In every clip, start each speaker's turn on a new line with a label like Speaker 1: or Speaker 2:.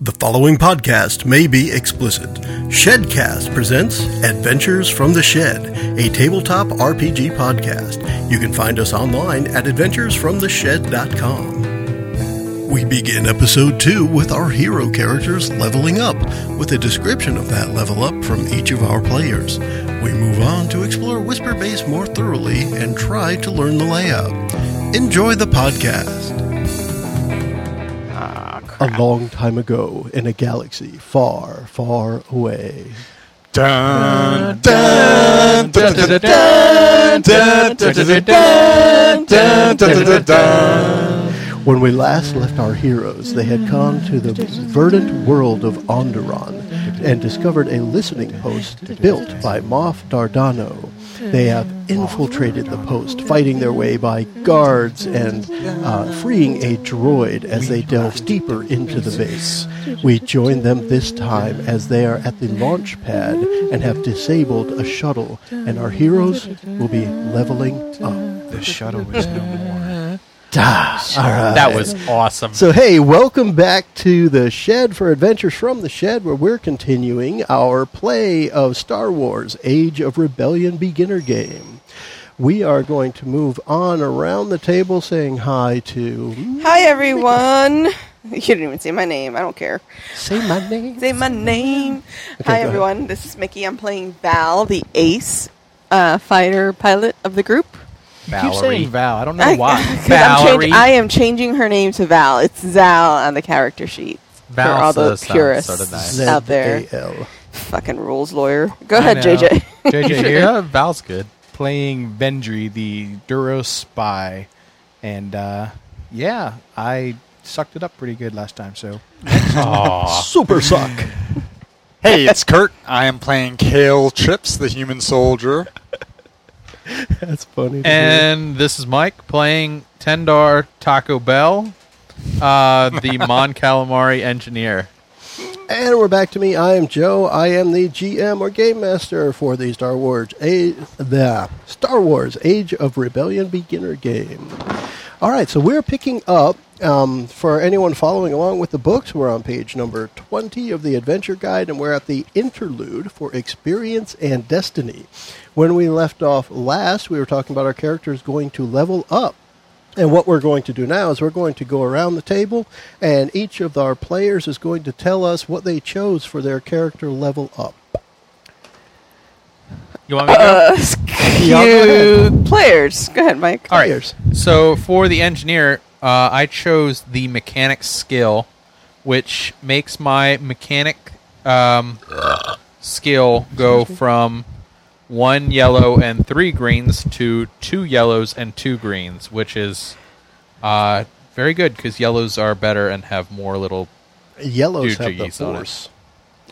Speaker 1: The following podcast may be explicit. Shedcast presents Adventures from the Shed, a tabletop RPG podcast. You can find us online at adventuresfromtheshed.com. We begin episode 2 with our hero characters leveling up, with a description of that level up from each of our players. We move on to explore Whisper Base more thoroughly and try to learn the layout. Enjoy the podcast. A long time ago, in a galaxy far, far away,
Speaker 2: Dun,
Speaker 3: Dun, dun, dun, dun, dun, dun, dun, dun, dun, dun, dun, dun.
Speaker 1: when we last left our heroes, they had come to the verdant world of Onderon and discovered a listening post built by Moff Dardano. They have infiltrated the post, fighting their way by guards and uh, freeing a droid as they delve deeper into the base. We join them this time as they are at the launch pad and have disabled a shuttle, and our heroes will be leveling up.
Speaker 2: The shuttle is no more.
Speaker 1: Da! All right.
Speaker 3: That was awesome.
Speaker 1: So, hey, welcome back to the Shed for Adventures from the Shed, where we're continuing our play of Star Wars Age of Rebellion beginner game. We are going to move on around the table saying hi to.
Speaker 4: Hi, everyone. You didn't even say my name. I don't care.
Speaker 1: Say my name.
Speaker 4: Say my name.
Speaker 1: Okay,
Speaker 4: Hi,
Speaker 1: go
Speaker 4: everyone. This is Mickey. I'm playing Val, the ace uh, fighter pilot of the group.
Speaker 3: Valerie.
Speaker 2: Keep saying Val. I
Speaker 5: Oh,
Speaker 2: don't know
Speaker 4: I-
Speaker 2: why.
Speaker 4: 'cause I'm chang-
Speaker 3: Valerie.
Speaker 4: I am changing her name to Val. It's Zal on the character sheet.
Speaker 3: Val
Speaker 4: for all the
Speaker 3: sounds sorta
Speaker 4: purists
Speaker 3: nice.
Speaker 1: Z
Speaker 4: out there.
Speaker 1: A L.
Speaker 4: Fucking rules lawyer. Go
Speaker 2: I
Speaker 4: ahead,
Speaker 2: know.
Speaker 4: JJ.
Speaker 2: JJ here. Val's good. Playing Vendry, the Duro spy, and uh, yeah, I sucked it up pretty good last time. So
Speaker 1: Super suck.
Speaker 6: Hey, it's Kurt. I am playing Kale Chips, the human soldier.
Speaker 1: That's funny. to hear.
Speaker 5: And this is Mike playing Tendar Taco Bell, uh, the Mon Calamari engineer.
Speaker 1: And we're back to me. I am Joe. I am the GM or game master for the Star Wars A the Star Wars Age of Rebellion beginner game. All right, so we're picking up um, for anyone following along with the books. We're on page number twenty of the Adventure Guide, and we're at the interlude for Experience and Destiny. When we left off last, we were talking about our characters going to level up. And what we're going to do now is we're going to go around the table, and each of our players is going to tell us what they chose for their character level up.
Speaker 5: You want me to go?
Speaker 1: Yeah, go ahead.
Speaker 4: Cute players. Go ahead, Mike.
Speaker 5: All right.
Speaker 1: Players.
Speaker 5: So for the engineer, uh, I chose the mechanic skill, which makes my mechanic um, skill go from one yellow and three greens to two yellows and two greens, which is uh, very good because yellows are better and have more little
Speaker 1: Yellows
Speaker 5: Dude,
Speaker 1: have the
Speaker 5: geez, on it.
Speaker 1: force.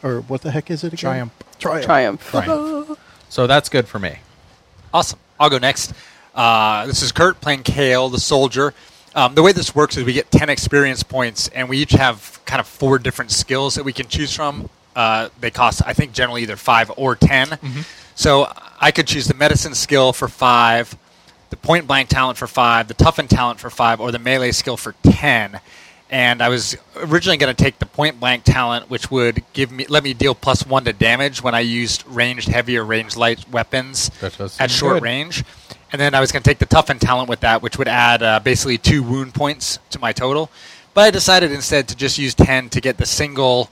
Speaker 1: Or what the heck is it again?
Speaker 2: Triumph.
Speaker 1: Triumph.
Speaker 4: Triumph.
Speaker 5: So that's good for me.
Speaker 6: Awesome. I'll go next. Uh, this is Kurt playing Kale, the soldier. Um, the way this works is we get 10 experience points, and we each have kind of four different skills that we can choose from. Uh, they cost, I think, generally either five or 10. So I could choose the medicine skill for five, the point blank talent for five, the toughen talent for five, or the melee skill for 10. And I was originally going to take the point blank talent, which would give me let me deal plus one to damage when I used ranged heavy or ranged light weapons
Speaker 5: That does
Speaker 6: at
Speaker 5: seem
Speaker 6: short
Speaker 5: good.
Speaker 6: range. And then I was going to take the toughen talent with that, which would add uh, basically two wound points to my total. But I decided instead to just use 10 to get the single,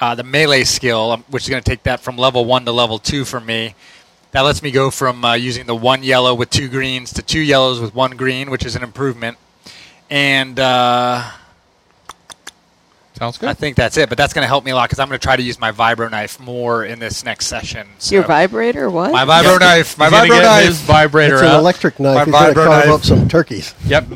Speaker 6: uh, the melee skill, um, which is going to take that from level 1 to level 2 for me. That lets me go from uh, using the one yellow with two greens to two yellows with one green, which is an improvement. And uh,
Speaker 5: Sounds
Speaker 6: I
Speaker 5: good.
Speaker 6: think that's it. But that's going to help me a lot because I'm going to try to use my vibro knife more in this next session. So.
Speaker 4: Your vibrator? What?
Speaker 6: My vibro knife. My
Speaker 5: He's gonna
Speaker 6: vibro
Speaker 5: get
Speaker 6: knife.
Speaker 5: his vibrator
Speaker 1: It's an
Speaker 5: out.
Speaker 1: electric knife.
Speaker 6: My
Speaker 1: He's going to
Speaker 6: vibro
Speaker 1: carve
Speaker 6: knife.
Speaker 1: up some turkeys.
Speaker 5: Yep.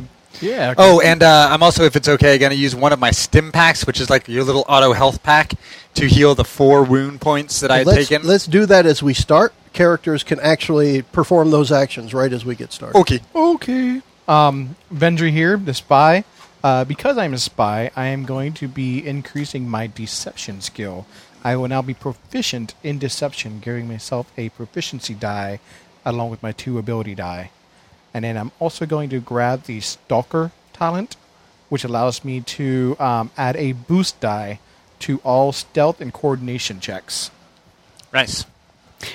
Speaker 5: Yeah.
Speaker 6: Oh, and uh, I'm also, if it's okay, going to use one of my stim packs, which is like your little auto health pack, to heal the four wound points that I had
Speaker 1: let's,
Speaker 6: taken.
Speaker 1: let's do that as we start. Characters can actually perform those actions right as we get started.
Speaker 6: okay.
Speaker 2: okay. Um, Vendry here, the spy. Uh, because I'm a spy, I am going to be increasing my deception skill. I will now be proficient in deception, giving myself a proficiency die along with my two ability die. And then I'm also going to grab the stalker talent, which allows me to um, add a boost die to all stealth and coordination checks.
Speaker 6: Nice.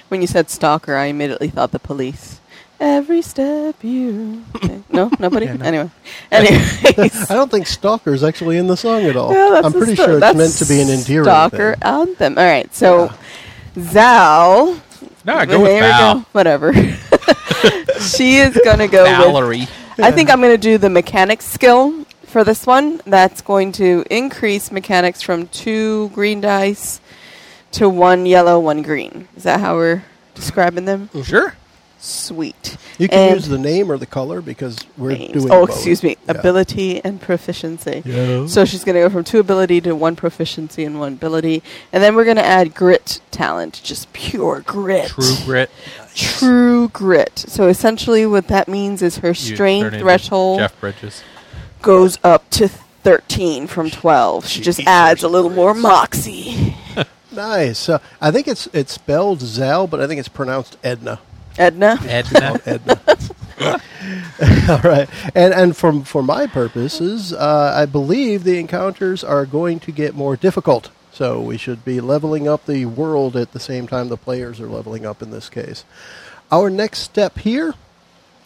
Speaker 4: When you said stalker, I immediately thought the police. Every step you. take- No, nobody. Anyway, anyways.
Speaker 1: I don't think Stalker is actually in the song at all.
Speaker 4: Yeah, that's
Speaker 1: I'm
Speaker 4: a
Speaker 1: pretty
Speaker 4: sta-
Speaker 1: sure it's
Speaker 4: that's
Speaker 1: meant to be an endearing
Speaker 4: stalker
Speaker 1: thing.
Speaker 4: anthem. All right, so Zal.
Speaker 5: No, I go with
Speaker 4: There we
Speaker 5: Val.
Speaker 4: go. Whatever. she is gonna go. With,
Speaker 5: Valerie.
Speaker 4: I think I'm gonna do the mechanics skill for this one. That's going to increase mechanics from two green dice to one yellow, one green. Is that how we're describing them?
Speaker 5: Sure.
Speaker 4: Sweet.
Speaker 1: Mm-hmm. You can
Speaker 4: And
Speaker 1: use the name or the color because we're
Speaker 4: names.
Speaker 1: doing.
Speaker 4: Oh,
Speaker 1: both.
Speaker 4: excuse me.
Speaker 1: Yeah.
Speaker 4: Ability and proficiency.
Speaker 1: Yeah.
Speaker 4: So she's going to go from two ability to one proficiency and one ability. And then we're going to add grit talent, just pure grit.
Speaker 5: True grit.
Speaker 4: True grit. So essentially, what that means is her
Speaker 5: You turn
Speaker 4: strength
Speaker 5: into
Speaker 4: threshold
Speaker 5: Jeff Bridges.
Speaker 4: goes up to 13 from 12. She just adds a little more moxie.
Speaker 1: Nice. So I think it's it's spelled Zal, but I think it's pronounced Edna.
Speaker 4: Edna?
Speaker 5: Edna.
Speaker 1: Oh, Edna. All right, and and from for my purposes, uh, I believe the encounters are going to get more difficult. So we should be leveling up the world at the same time the players are leveling up. In this case, our next step here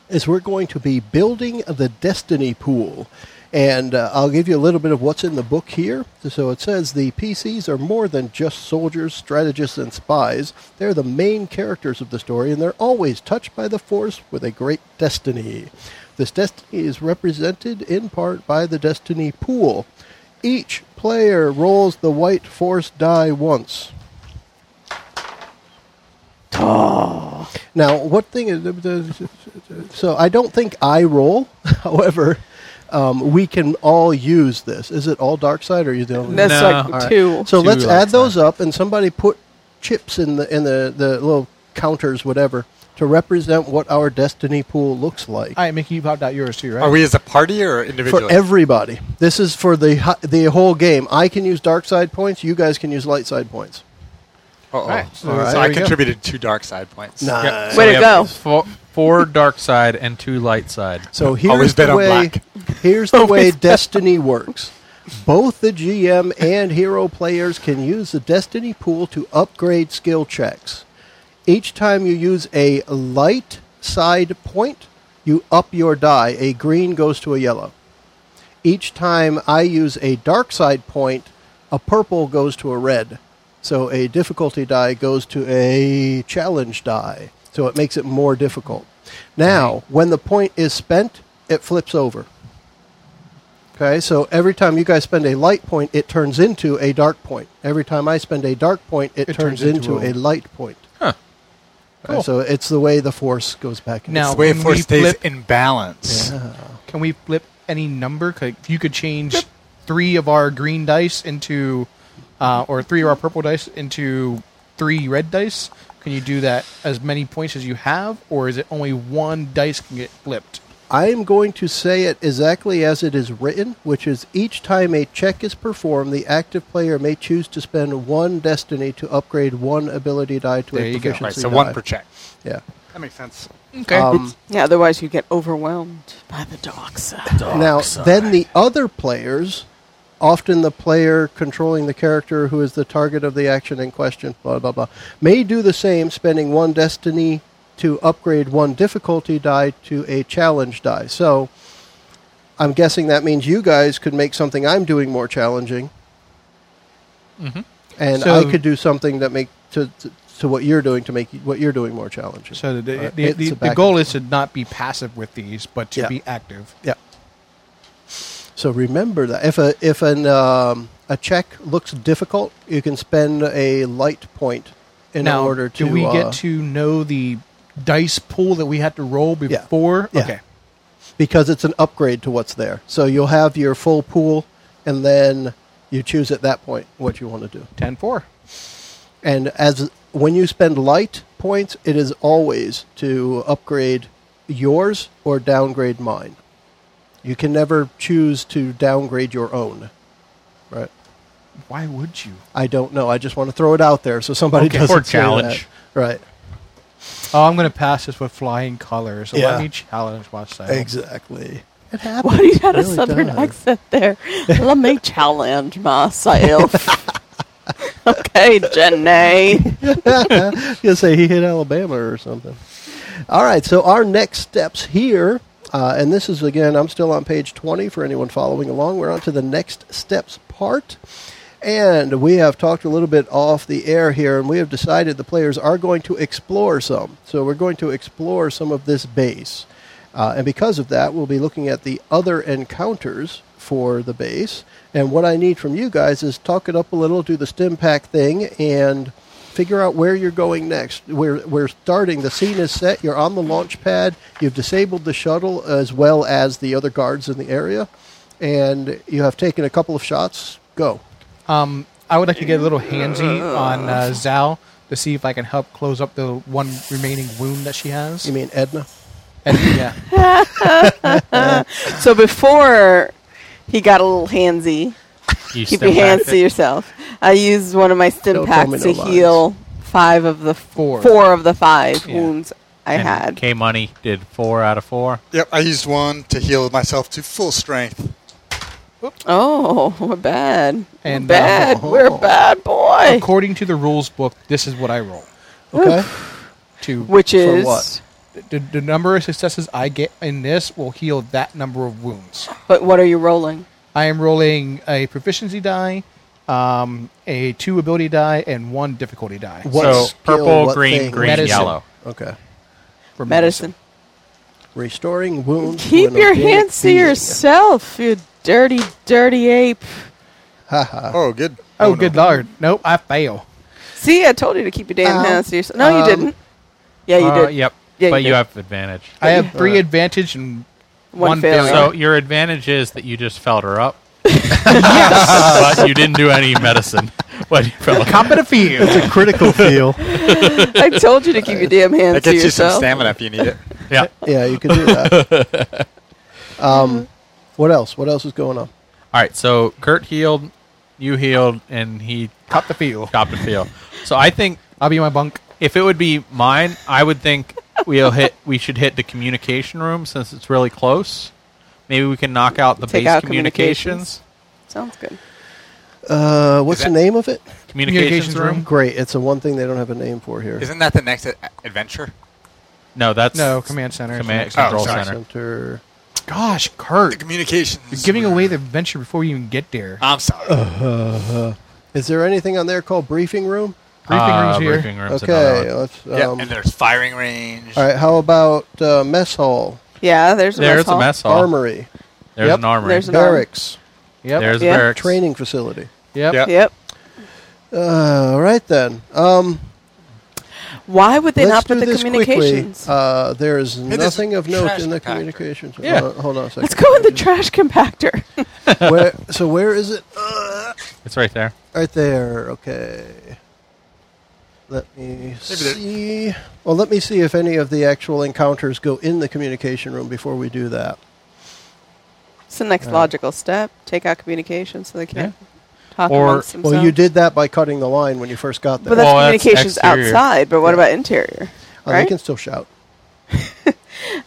Speaker 1: is we're going to be building the destiny pool. And uh, I'll give you a little bit of what's in the book here. So it says the PCs are more than just soldiers, strategists, and spies. They're the main characters of the story, and they're always touched by the Force with a great destiny. This destiny is represented in part by the destiny pool. Each player rolls the white Force die once. Now, what thing is so? I don't think I roll. However, um, we can all use this. Is it all dark side or are you the only?
Speaker 4: That's
Speaker 5: No.
Speaker 4: like
Speaker 1: All right.
Speaker 4: two.
Speaker 1: So
Speaker 5: Two
Speaker 1: let's
Speaker 5: dark
Speaker 1: add those up, and somebody put chips in the in the, the little counters, whatever, to represent what our destiny pool looks like
Speaker 2: All right, Mickey, you popped out yours too, right?
Speaker 6: Are we as a party or
Speaker 1: for
Speaker 6: individually?
Speaker 1: everybody. This is for the hu- the whole game. I can use dark side points. You guys can use light side points.
Speaker 6: Uh-oh.
Speaker 2: Alright,
Speaker 6: So,
Speaker 2: so there
Speaker 6: I
Speaker 2: we go.
Speaker 6: contributed two dark side points.
Speaker 1: Nice.
Speaker 5: Yeah,
Speaker 4: Way
Speaker 5: we have
Speaker 4: to go.
Speaker 5: Four, four dark side and two light side.
Speaker 1: So here's
Speaker 6: Always bet
Speaker 1: the
Speaker 6: on
Speaker 1: way.
Speaker 6: black.
Speaker 1: Here's the way Destiny works. Both the GM and hero players can use the Destiny pool to upgrade skill checks. Each time you use a light side point, you up your die. A green goes to a yellow. Each time I use a dark side point, a purple goes to a red. So a difficulty die goes to a challenge die. So it makes it more difficult. Now, when the point is spent, it flips over. Okay, so every time you guys spend a light point, it turns into a dark point. Every time I spend a dark point, it, turns, into, a, light point.
Speaker 5: Huh.
Speaker 1: Okay, so it's the way the force goes back. and
Speaker 2: Now-
Speaker 6: The way
Speaker 2: When
Speaker 6: force
Speaker 2: we
Speaker 6: stays
Speaker 2: flip-
Speaker 6: in balance.
Speaker 2: Can we flip any number? 'Cause If you could change three of our green dice into, uh, or three of our purple dice into three red dice, can you do that as many points as you have, or is it only one dice can get flipped?
Speaker 1: I am going to say it exactly as it is written, which is each time a check is performed, the active player may choose to spend one destiny to upgrade one ability die to
Speaker 2: There
Speaker 1: a
Speaker 2: you go.
Speaker 1: proficiency
Speaker 2: Right,
Speaker 6: Right, so
Speaker 1: die.
Speaker 6: one per check.
Speaker 1: Yeah.
Speaker 6: That makes sense.
Speaker 5: Okay.
Speaker 1: Um,
Speaker 4: Yeah, otherwise you get overwhelmed by the dark side.
Speaker 1: now, then the other players, often the player controlling the character who is the target of the action in question, blah, blah, blah, may do the same, spending one destiny to upgrade one difficulty die to a challenge die. So I'm guessing that means you guys could make something I'm doing more challenging. And
Speaker 2: Mm-hmm. So-
Speaker 1: I could do something that make to, to to what you're doing to make what you're doing more challenging.
Speaker 2: So the,
Speaker 1: Alright,
Speaker 2: the,
Speaker 1: it's
Speaker 2: the,
Speaker 1: a
Speaker 2: the
Speaker 1: back
Speaker 2: goal
Speaker 1: and
Speaker 2: is to not be passive with these, but to
Speaker 1: Yeah.
Speaker 2: be active.
Speaker 1: Yeah. So remember that if a if an um, a check looks difficult, you can spend a light point in
Speaker 2: now,
Speaker 1: order to.
Speaker 2: do we
Speaker 1: uh,
Speaker 2: get to know the dice pool that we had to roll
Speaker 1: Yeah.
Speaker 2: before?
Speaker 1: Yeah.
Speaker 2: Okay.
Speaker 1: because it's an upgrade to what's there. So you'll have your full pool, and then you choose at that point what you want to do.
Speaker 2: 10 4.
Speaker 1: And as when you spend light points, it is always to upgrade yours or downgrade mine. You can never choose to downgrade your own. Right.
Speaker 2: Why would you?
Speaker 1: I don't know. I just want to throw it out there so somebody
Speaker 5: Okay,
Speaker 1: doesn't
Speaker 5: or
Speaker 1: say
Speaker 5: challenge.
Speaker 1: that. Right.
Speaker 2: Oh, I'm going to pass this with flying colors. So
Speaker 1: Yeah.
Speaker 2: let me challenge watch that.
Speaker 1: Exactly. It happens.
Speaker 4: Why do you have
Speaker 1: It
Speaker 4: a
Speaker 1: really
Speaker 4: southern
Speaker 1: does.
Speaker 4: accent there? Let me challenge myself. okay, Jenny.
Speaker 1: you say he hit Alabama or something. All right, so our next steps here, uh, and this is again, I'm still on page 20 for anyone following along. We're on to the next steps part. And we have talked a little bit off the air here, and we have decided the players are going to explore some. So we're going to explore some of this base. Uh, and because of that, we'll be looking at the other encounters for the base. And what I need from you guys is talk it up a little, do the stim pack thing, and figure out where you're going next. We're, we're starting. The scene is set. You're on the launch pad. You've disabled the shuttle as well as the other guards in the area. And you have taken a couple of shots. Go.
Speaker 2: Um, I would like to get a little handsy on uh, Zal to see if I can help close up the one remaining wound that she has.
Speaker 1: You mean Edna?
Speaker 2: And, yeah.
Speaker 4: So before he got a little handsy,
Speaker 5: You
Speaker 4: keep your hands to yourself. I used one of my stim
Speaker 1: Don't tell me
Speaker 4: packs
Speaker 1: no
Speaker 4: to
Speaker 1: lies.
Speaker 4: heal five of the
Speaker 2: Four.
Speaker 4: four of the five
Speaker 2: Yeah.
Speaker 4: wounds I had.
Speaker 5: K Money did four out of four.
Speaker 3: Yep, I used one to heal myself to full strength.
Speaker 4: Oh, we're bad.
Speaker 2: And,
Speaker 4: we're bad.
Speaker 1: uh,
Speaker 4: we're bad boy.
Speaker 2: According to the rules book, this is what I roll.
Speaker 1: Okay.
Speaker 2: To
Speaker 4: Which is
Speaker 1: what?
Speaker 2: the, the number of successes I get in this will heal that number of wounds.
Speaker 4: But what are you rolling?
Speaker 2: I am rolling a proficiency die, um, a two ability die, and one difficulty die.
Speaker 1: What
Speaker 5: so
Speaker 1: skill,
Speaker 5: purple,
Speaker 1: what
Speaker 5: green,
Speaker 1: thing?
Speaker 5: green,
Speaker 2: Medicine.
Speaker 5: yellow.
Speaker 1: Okay.
Speaker 2: for
Speaker 4: Medicine.
Speaker 1: Restoring wounds. to
Speaker 4: Keep
Speaker 1: an
Speaker 4: your
Speaker 1: organic
Speaker 4: hands to
Speaker 1: being.
Speaker 4: yourself, you dirty, dirty ape.
Speaker 1: Ah.
Speaker 3: oh, good.
Speaker 2: Oh, good lord! Nope, I fail.
Speaker 4: See, I told you to keep your damn
Speaker 1: Ow.
Speaker 4: hands to yourself. No,
Speaker 1: Um,
Speaker 4: you didn't. Yeah, you
Speaker 5: Uh,
Speaker 4: did.
Speaker 5: Yep.
Speaker 4: Yeah, you
Speaker 5: but you
Speaker 4: did.
Speaker 5: have advantage.
Speaker 2: I have three
Speaker 1: Alright.
Speaker 2: advantage and
Speaker 4: One
Speaker 2: one
Speaker 4: failure.
Speaker 2: failure.
Speaker 5: So your advantage is that you just felled her up. but you didn't do any medicine. But you fell her up.
Speaker 2: Combat of fear.
Speaker 1: It's a critical feel.
Speaker 4: I told you to keep your damn hands
Speaker 6: That gets
Speaker 4: to
Speaker 6: you some
Speaker 4: yourself.
Speaker 6: stamina if you need it.
Speaker 5: Yeah.
Speaker 1: Yeah, you can do that. Um, what else? What else is going on?
Speaker 5: All right. So Kurt healed, you healed, and he
Speaker 2: Top the field.
Speaker 5: chopped a field. So I think
Speaker 2: I'll be in my bunk.
Speaker 5: if it would be mine, I would think we'll hit. We should hit the communication room since it's really close. Maybe we can knock out the
Speaker 4: Take
Speaker 5: base
Speaker 4: out
Speaker 5: communications.
Speaker 4: Sounds good.
Speaker 1: Uh, what's the name of it?
Speaker 5: Communications,
Speaker 2: Communications
Speaker 5: room?
Speaker 2: room?
Speaker 1: Great. It's the one thing they don't have a name for here.
Speaker 6: Isn't that the next a- adventure?
Speaker 5: No, that's
Speaker 2: No, command center. is
Speaker 5: Command
Speaker 2: next.
Speaker 6: Oh,
Speaker 5: control
Speaker 6: sorry.
Speaker 5: center.
Speaker 1: Center.
Speaker 2: Gosh,
Speaker 6: The
Speaker 2: Kurt,
Speaker 6: communications.
Speaker 2: you're giving away the adventure before you even get there.
Speaker 5: Uh,
Speaker 6: I'm sorry.
Speaker 1: Is there anything on there called briefing room?
Speaker 2: Oh, Briefing
Speaker 5: Uh,
Speaker 2: rooms here.
Speaker 5: briefing room's another
Speaker 1: Okay.
Speaker 5: one.
Speaker 1: Let's, um,
Speaker 6: yeah, and there's firing range.
Speaker 1: all right. How about uh, mess hall,
Speaker 4: Yeah, there's a mess
Speaker 5: There's
Speaker 4: hall.
Speaker 5: a mess hall.
Speaker 1: armory,
Speaker 5: There's
Speaker 2: Yep.
Speaker 5: an armory.
Speaker 4: There's
Speaker 5: There's,
Speaker 4: an
Speaker 1: barracks,
Speaker 2: Yep.
Speaker 5: a
Speaker 4: Yeah.
Speaker 5: barracks.
Speaker 1: training facility?
Speaker 2: Yep.
Speaker 6: Yeah.
Speaker 4: Yep.
Speaker 1: Uh, all right then. Um,
Speaker 4: Why would they
Speaker 1: let's
Speaker 4: not put
Speaker 1: do
Speaker 4: the
Speaker 1: this
Speaker 4: communications?
Speaker 1: Quickly. Uh, there is
Speaker 6: this
Speaker 1: nothing of note
Speaker 6: trash
Speaker 1: in the
Speaker 6: compactor.
Speaker 1: communications.
Speaker 5: Yeah.
Speaker 1: Hold on, hold on a second.
Speaker 4: Let's go in the trash compactor.
Speaker 1: Where, so where is it? Uh,
Speaker 5: It's right there.
Speaker 1: Right there. Okay. Let me see. Well, let me see if any of the actual encounters go in the communication room before we do that.
Speaker 4: it's the next logical step. Take out communications so they can't talk
Speaker 5: Or-
Speaker 4: amongst themselves.
Speaker 1: Well, you did that by cutting the line when you first got there.
Speaker 4: But that's
Speaker 5: Well, that's
Speaker 4: communications
Speaker 5: exterior.
Speaker 4: outside. But what about interior?
Speaker 1: Uh,
Speaker 4: right?
Speaker 1: They can still shout.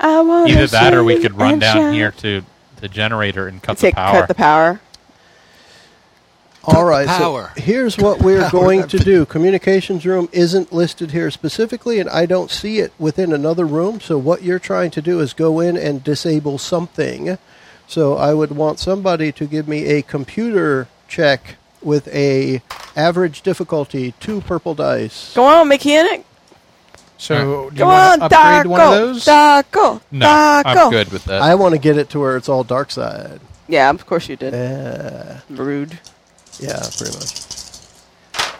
Speaker 4: I wanna
Speaker 5: Either that, or we
Speaker 4: shoot
Speaker 5: could run
Speaker 4: and
Speaker 5: down
Speaker 4: shout.
Speaker 5: here to the generator and cut
Speaker 4: Take
Speaker 5: the power.
Speaker 4: cut the power.
Speaker 1: All right.
Speaker 6: power.
Speaker 1: So here's what we're going to do. Communications room isn't listed here specifically, and I don't see it within another room. So what you're trying to do is go in and disable something. So I would want somebody to give me a computer check with a average difficulty, two purple dice.
Speaker 4: Go on, mechanic.
Speaker 2: So do you
Speaker 4: Go
Speaker 2: want
Speaker 4: on,
Speaker 2: to upgrade
Speaker 4: Darko.
Speaker 2: one of those?
Speaker 4: Darko.
Speaker 5: no,
Speaker 4: Darko.
Speaker 5: I'm good with that.
Speaker 1: I want to get it to where it's all dark side.
Speaker 4: Yeah, of course you did.
Speaker 1: Yeah,
Speaker 4: Rude.
Speaker 1: yeah, pretty much.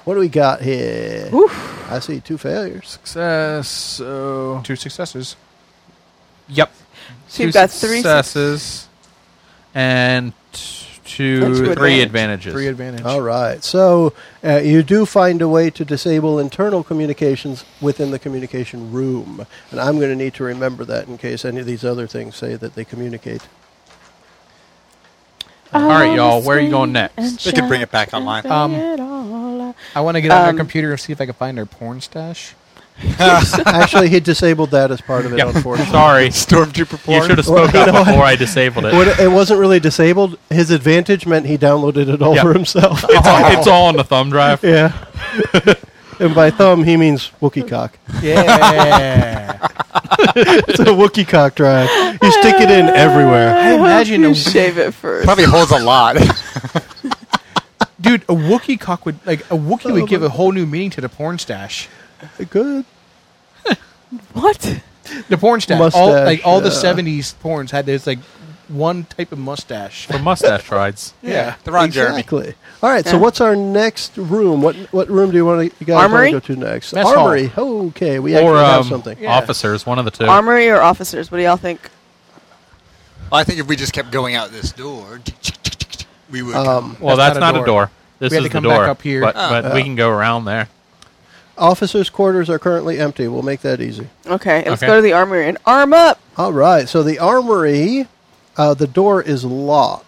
Speaker 1: What do we got here?
Speaker 4: Oof.
Speaker 1: I see two failures.
Speaker 5: Success. So
Speaker 2: Two successes.
Speaker 5: uh, yep.
Speaker 4: So you've got three
Speaker 5: successes and t-
Speaker 4: And two
Speaker 5: two, three advantages.
Speaker 2: Three advantage.
Speaker 1: All right. So uh, you do find a way to disable internal communications within the communication room. And I'm going to need to remember that in case any of these other things say that they communicate.
Speaker 5: All right, y'all. Where are you going next?
Speaker 6: They could bring it back online.
Speaker 2: Um,
Speaker 4: Um,
Speaker 2: I want to get on
Speaker 4: Um,
Speaker 2: their computer and see if I can find their porn stash.
Speaker 1: Actually, he disabled that as part of it,
Speaker 5: Yep.
Speaker 1: unfortunately.
Speaker 5: Sorry,
Speaker 6: Stormtrooper porn.
Speaker 5: you should have
Speaker 1: Well,
Speaker 5: spoke
Speaker 1: you know
Speaker 5: up
Speaker 1: what?
Speaker 5: before I disabled it.
Speaker 1: What- it wasn't really disabled. His advantage meant he downloaded it all
Speaker 5: Yep.
Speaker 1: for himself.
Speaker 5: It's all, it's all on the thumb drive.
Speaker 1: yeah. And by thumb, he means Wookie cock.
Speaker 2: Yeah.
Speaker 1: It's a Wookie cock drive. You stick it in everywhere.
Speaker 2: I imagine, a,
Speaker 4: You shave it first.
Speaker 6: Probably holds a lot.
Speaker 2: dude, a Wookie cock would like a Wookie would give a whole new meaning to the porn stash.
Speaker 1: Good.
Speaker 4: What?
Speaker 2: The porn stash, all
Speaker 1: Mustache,
Speaker 2: like all the
Speaker 1: yeah.
Speaker 2: '70s porns had this like one type of mustache.
Speaker 5: For mustache rides.
Speaker 2: Yeah.
Speaker 6: the Ron Jeremy.
Speaker 1: exactly. All right. So
Speaker 4: Yeah.
Speaker 1: what's our next room? What what room do you want to you guys
Speaker 4: Armory?
Speaker 1: want to go to next?
Speaker 2: Mess hall.
Speaker 1: Armory. Okay, we actually
Speaker 5: Or
Speaker 1: have
Speaker 5: um,
Speaker 1: something.
Speaker 2: Yeah.
Speaker 5: officers, one of the two.
Speaker 4: Armory or officers? What do y'all think?
Speaker 6: Well, I think if we just kept going out this door, we would.
Speaker 1: Um,
Speaker 5: well, that's, not, a, door. This
Speaker 2: We had
Speaker 5: is
Speaker 2: to come
Speaker 5: the door.
Speaker 2: back up here.
Speaker 5: But,
Speaker 4: Uh.
Speaker 6: Ah.
Speaker 5: but we can go around there.
Speaker 1: officers' quarters are currently empty. We'll make that easy.
Speaker 4: Okay, let's
Speaker 5: Okay.
Speaker 4: go to the armory and arm up.
Speaker 1: All right. So the armory, uh, the door is locked.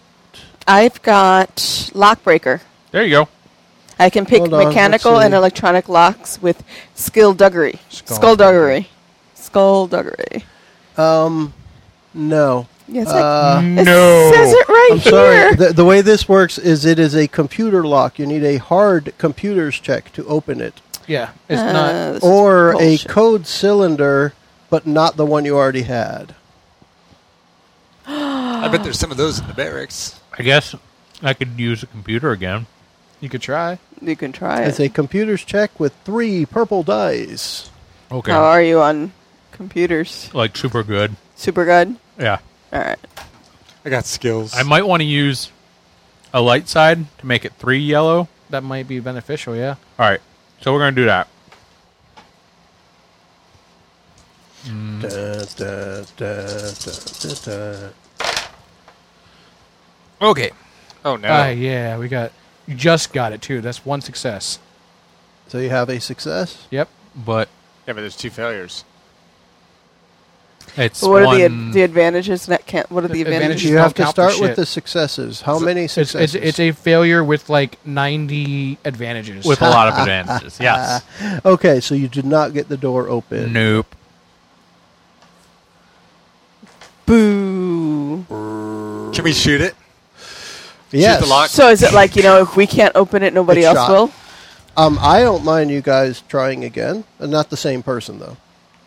Speaker 4: I've got lockbreaker.
Speaker 5: There you go.
Speaker 4: I can pick
Speaker 1: Hold on,
Speaker 4: mechanical
Speaker 1: let's see.
Speaker 4: and electronic locks with skullduggery. Skullduggery. Skullduggery.
Speaker 2: Skullduggery.
Speaker 1: Um, no.
Speaker 4: Yes,
Speaker 1: Uh,
Speaker 4: I, it says it right
Speaker 1: I'm
Speaker 4: here.
Speaker 1: sorry. The, the way this works is it is a computer lock. You need a hard computer's check to open it,
Speaker 2: Yeah, it's
Speaker 4: Uh,
Speaker 2: not.
Speaker 4: this is
Speaker 1: or a
Speaker 4: bullshit.
Speaker 1: code cylinder, but not the one you already had.
Speaker 6: I bet there's some of those in the barracks.
Speaker 5: I guess I could use a computer again.
Speaker 2: You could try.
Speaker 4: You can try it.
Speaker 1: It's a computer's check with three purple dice.
Speaker 5: Okay.
Speaker 4: How are you on computers?
Speaker 5: like super good.
Speaker 4: Super good.
Speaker 5: Yeah.
Speaker 4: All right.
Speaker 6: I got skills.
Speaker 5: I might want to use a light side to make it three yellow. All
Speaker 2: That might be beneficial. Yeah.
Speaker 5: right. So we're going to do that.
Speaker 1: Da, da, da, da, da, da.
Speaker 5: Okay.
Speaker 6: oh no.
Speaker 2: Ah, yeah. We got. You just got it too. That's one success.
Speaker 1: So you have a success.
Speaker 2: Yep.
Speaker 5: But
Speaker 6: yeah, but there's two failures.
Speaker 5: it's
Speaker 4: So what
Speaker 5: one,
Speaker 4: are the the advantages? That can't. What are the
Speaker 2: The
Speaker 4: advantages?
Speaker 2: Just
Speaker 1: You have
Speaker 2: don't
Speaker 1: to
Speaker 2: count for
Speaker 1: start with
Speaker 2: shit.
Speaker 1: the successes. How many
Speaker 2: It's,
Speaker 1: successes?
Speaker 2: it's it's a failure with like 90 advantages.
Speaker 5: with a lot of advantages. Yes.
Speaker 1: okay, so you did not get the door open.
Speaker 5: Nope.
Speaker 4: Boo.
Speaker 6: Can we shoot it?
Speaker 1: Yes.
Speaker 6: Shoot the lock.
Speaker 4: So is it like you know if we can't open it, nobody
Speaker 1: Good
Speaker 4: else
Speaker 1: shot.
Speaker 4: will?
Speaker 1: Um, I don't mind you guys trying again. Uh, Not the same person though.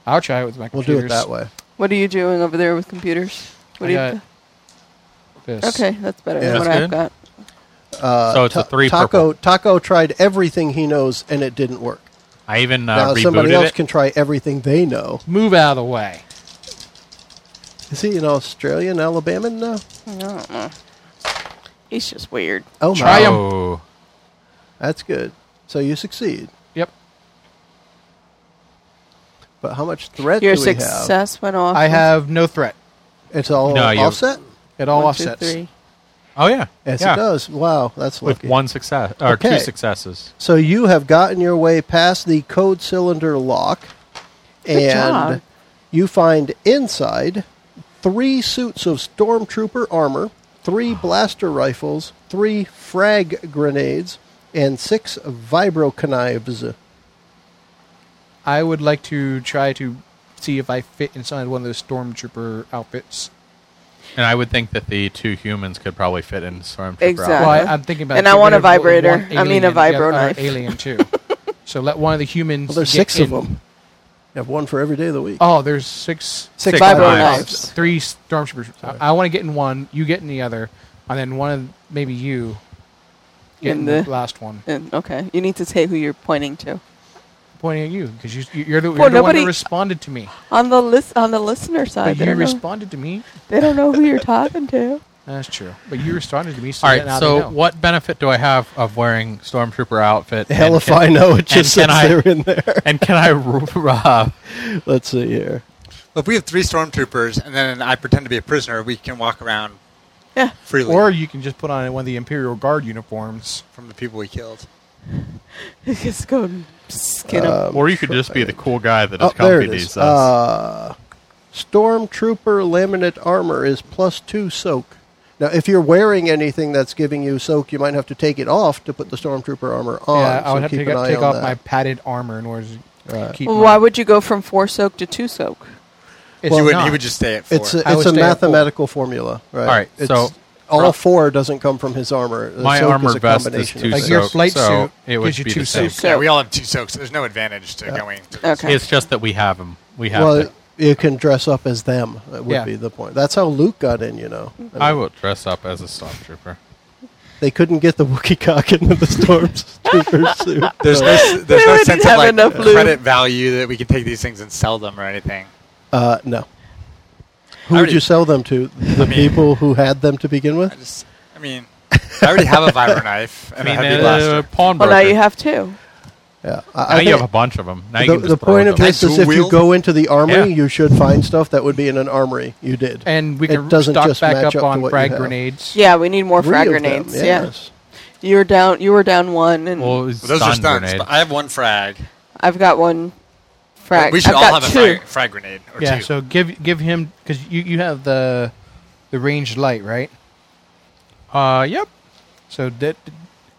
Speaker 2: I'll try it with my
Speaker 1: We'll
Speaker 2: computers.
Speaker 1: do it that way.
Speaker 4: What are you doing over there with computers? What
Speaker 2: I
Speaker 4: are you?
Speaker 2: got this.
Speaker 4: Okay, that's better
Speaker 1: Yeah.
Speaker 4: than what
Speaker 5: That's
Speaker 4: I've
Speaker 5: good.
Speaker 4: got.
Speaker 1: Uh,
Speaker 5: So Oh, it's a
Speaker 1: Ta-
Speaker 5: three
Speaker 1: Taco
Speaker 5: purple.
Speaker 1: Taco tried everything he knows and it didn't work.
Speaker 5: I even
Speaker 1: now
Speaker 5: uh,
Speaker 1: somebody
Speaker 5: rebooted
Speaker 1: else
Speaker 5: it.
Speaker 1: can try everything they know.
Speaker 2: Move out of the way.
Speaker 1: Is he an Australian Alabama now?
Speaker 4: I don't know. He's just weird.
Speaker 1: Oh my!
Speaker 2: Try 'em.
Speaker 5: oh.
Speaker 1: That's good. So you succeed.
Speaker 2: Yep.
Speaker 1: But how much threat
Speaker 4: Your
Speaker 1: do we have?
Speaker 4: success went off.
Speaker 2: I have no threat.
Speaker 1: It's all
Speaker 5: No, you-
Speaker 1: offset.
Speaker 2: It all
Speaker 4: one, two,
Speaker 2: offsets.
Speaker 4: three.
Speaker 5: Oh yeah.
Speaker 1: Yes,
Speaker 5: yeah.
Speaker 1: it does. Wow, that's
Speaker 5: With
Speaker 1: lucky.
Speaker 5: one success or
Speaker 1: Okay.
Speaker 5: two successes.
Speaker 1: So you have gotten your way past the code cylinder lock,
Speaker 4: Good
Speaker 1: and
Speaker 4: job.
Speaker 1: you find inside three suits of stormtrooper armor, three blaster rifles, three frag grenades, and six vibro knives.
Speaker 2: I would like to try to see if I fit inside one of those stormtrooper outfits.
Speaker 5: And I would think that the two humans could probably fit in Stormtrooper.
Speaker 4: Exactly.
Speaker 5: outfit.
Speaker 2: Well, I, I'm thinking about
Speaker 4: Uh-huh. And I
Speaker 2: getting
Speaker 4: want
Speaker 2: rid
Speaker 4: a
Speaker 2: of one
Speaker 4: vibrator. I mean a
Speaker 2: alien and the other-
Speaker 4: vibro
Speaker 2: or
Speaker 4: knife.
Speaker 2: Alien too. so let one of the humans.
Speaker 1: Well, there's
Speaker 2: get
Speaker 1: six of
Speaker 2: in.
Speaker 1: them. You have one for every day of the week.
Speaker 2: Oh, there's six.
Speaker 1: Six
Speaker 4: vibro
Speaker 1: vibro
Speaker 4: knives.
Speaker 2: Three stormtroopers. I, I want to get in one. You get in the other, and then one of maybe you get in,
Speaker 4: In
Speaker 2: the,
Speaker 4: the-
Speaker 2: last one.
Speaker 4: And- okay, you need to say who you're pointing to.
Speaker 2: Pointing at you because you, you- you're the, you're
Speaker 4: Well,
Speaker 2: the one
Speaker 4: nobody-
Speaker 2: who responded to me.
Speaker 4: On the list, on the listener side,
Speaker 2: But
Speaker 4: they
Speaker 2: you
Speaker 4: don't, know,
Speaker 2: responded to me.
Speaker 4: they don't know who you're talking to.
Speaker 2: That's true. But you responded to me. So
Speaker 5: All
Speaker 2: then
Speaker 5: right.
Speaker 2: now they
Speaker 5: So
Speaker 2: know.
Speaker 5: what benefit do I have of wearing Stormtrooper outfit?
Speaker 1: Hell
Speaker 5: and
Speaker 1: if
Speaker 5: can,
Speaker 1: I know it just says
Speaker 5: and can I-
Speaker 1: they're in there.
Speaker 5: And can I rob?
Speaker 1: Let's see here.
Speaker 6: Well, if we have three stormtroopers and then I pretend to be a prisoner, we can walk around
Speaker 4: Yeah.
Speaker 6: freely
Speaker 2: Or you can just put on one of the Imperial Guard uniforms.
Speaker 6: from the people we killed.
Speaker 4: Just go skin 'em.
Speaker 1: Um,
Speaker 5: Or you could just be the cool guy that
Speaker 1: Oh,
Speaker 5: is
Speaker 1: there it
Speaker 5: comfy these
Speaker 1: is.
Speaker 5: days.
Speaker 1: Uh, Stormtrooper laminate armor is plus two soak. Now, if you're wearing anything that's giving you soak, you might have to take it off to put the Stormtrooper armor on.
Speaker 2: yeah, I
Speaker 1: Oh, so
Speaker 2: would have to
Speaker 1: keep
Speaker 2: take,
Speaker 1: an eye
Speaker 2: take
Speaker 1: on
Speaker 2: off
Speaker 1: that.
Speaker 2: my padded armor in order to
Speaker 1: Right.
Speaker 2: keep.
Speaker 4: Well,
Speaker 2: my-
Speaker 4: why would you go from four soak to two soak?
Speaker 2: It's
Speaker 6: you would,
Speaker 2: not.
Speaker 6: he would just stay at four.
Speaker 1: It's a,
Speaker 2: I
Speaker 1: it's
Speaker 2: would
Speaker 1: a
Speaker 2: stay at four.
Speaker 1: mathematical formula, right?
Speaker 5: All right.
Speaker 1: It's-
Speaker 5: so
Speaker 1: all four doesn't come from his armor. The
Speaker 5: My
Speaker 1: soak
Speaker 5: armor
Speaker 1: is a
Speaker 5: vest is
Speaker 1: combination of
Speaker 5: two
Speaker 1: that.
Speaker 2: Like your
Speaker 5: soak,
Speaker 2: flight
Speaker 5: so
Speaker 2: suit
Speaker 5: it would
Speaker 2: gives you
Speaker 5: be
Speaker 2: two
Speaker 5: the same.
Speaker 2: soaks.
Speaker 6: Yeah,
Speaker 4: So-
Speaker 6: we all have two soaks. There's no advantage to going. To
Speaker 4: Okay.
Speaker 5: It's just that we have them. We have
Speaker 1: Well,
Speaker 5: it.
Speaker 1: you can dress up as them. That would
Speaker 2: Yeah.
Speaker 1: be the point. That's how Luke got in. You know,
Speaker 5: I will dress up as a stormtrooper.
Speaker 1: they couldn't get the Wookiee cock into the stormtrooper suit.
Speaker 6: There's no, s- there's
Speaker 4: They
Speaker 6: no
Speaker 4: wouldn't
Speaker 6: sense of
Speaker 4: have
Speaker 6: like
Speaker 4: enough lube.
Speaker 6: credit value that we can take these things and sell them or anything.
Speaker 1: Uh, no. Who would
Speaker 6: I already-
Speaker 1: you sell them to? The people who had them to begin with?
Speaker 6: I just, I mean, I already have a vibro knife
Speaker 5: I
Speaker 6: and I,
Speaker 5: mean,
Speaker 6: have a
Speaker 5: uh,
Speaker 6: blaster.
Speaker 5: pawnbroker.
Speaker 4: Well, now you have two.
Speaker 1: Yeah. I,
Speaker 5: Now
Speaker 1: I
Speaker 5: you
Speaker 1: think
Speaker 5: have a bunch of them. Now you
Speaker 1: the,
Speaker 5: can just
Speaker 1: the
Speaker 5: throw
Speaker 1: point of
Speaker 5: them.
Speaker 1: this is if you
Speaker 6: Dual-wield?
Speaker 1: go into the armory,
Speaker 5: Yeah.
Speaker 1: you should find stuff that would be in an armory. You did.
Speaker 2: And we
Speaker 1: It
Speaker 2: can
Speaker 1: doesn't
Speaker 2: stock
Speaker 1: just
Speaker 2: back
Speaker 1: match
Speaker 2: up
Speaker 1: up to
Speaker 2: on
Speaker 1: what you
Speaker 2: frag
Speaker 1: have.
Speaker 2: grenades.
Speaker 4: Yeah, we need more
Speaker 1: Three
Speaker 4: frag
Speaker 1: of them,
Speaker 4: grenades.
Speaker 1: yes.
Speaker 4: Yeah, you were down. You were down one, and
Speaker 5: Well,
Speaker 6: Well, those are
Speaker 5: stun
Speaker 6: stuns.
Speaker 5: grenade.
Speaker 6: But I have one frag.
Speaker 4: I've got one. Frag.
Speaker 6: We should
Speaker 4: I've
Speaker 6: all
Speaker 4: got
Speaker 6: have
Speaker 4: two.
Speaker 6: a frag, frag grenade or
Speaker 2: Yeah,
Speaker 6: two.
Speaker 2: so give give him because you, you have the the ranged light, right?
Speaker 5: Uh, yep.
Speaker 2: So that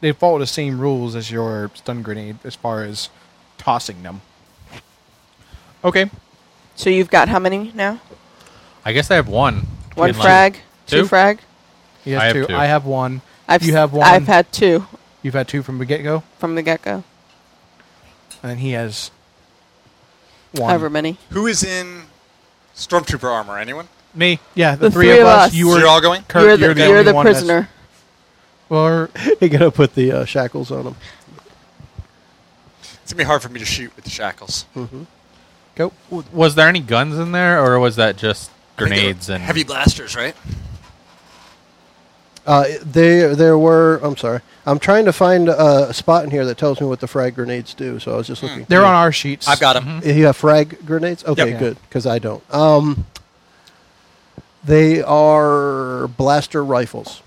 Speaker 2: they follow the same rules as your stun grenade as far as tossing them.
Speaker 5: Okay.
Speaker 4: So you've got how many now?
Speaker 5: I guess I have one.
Speaker 4: One
Speaker 5: in line.
Speaker 4: frag.
Speaker 5: Two?
Speaker 4: frag.
Speaker 2: He has
Speaker 5: I have
Speaker 2: two.
Speaker 5: two.
Speaker 2: I have one.
Speaker 4: I've
Speaker 2: you
Speaker 4: s-
Speaker 2: have one.
Speaker 4: I've had two
Speaker 2: You've had two from the get go,
Speaker 4: from the get go.
Speaker 2: and then he has one.
Speaker 4: However many.
Speaker 6: Who is in stormtrooper armor? Anyone?
Speaker 5: Me.
Speaker 2: Yeah, the,
Speaker 4: The
Speaker 2: three, of us. You
Speaker 6: So
Speaker 2: were
Speaker 6: you're all going.
Speaker 2: Kurt,
Speaker 4: you're the,
Speaker 2: you're the
Speaker 4: you're
Speaker 2: only
Speaker 4: the
Speaker 2: one that's-
Speaker 4: prisoner.
Speaker 2: well,
Speaker 1: You're going to put the uh, shackles on them.
Speaker 6: It's gonna be hard for me to shoot with the shackles.
Speaker 2: go.
Speaker 5: W- Was there any guns in there, or was that just grenades and
Speaker 6: heavy blasters, right?
Speaker 1: Uh, there, there were. I'm sorry. I'm trying to find uh, a spot in here that tells me what the frag grenades do. So I was just looking.
Speaker 2: Mm. They're
Speaker 1: through.
Speaker 2: on our sheets.
Speaker 6: I've got them.
Speaker 1: Mm-hmm. You have frag grenades? Okay,
Speaker 2: Yeah.
Speaker 1: good, because I don't. Um, they are blaster rifles.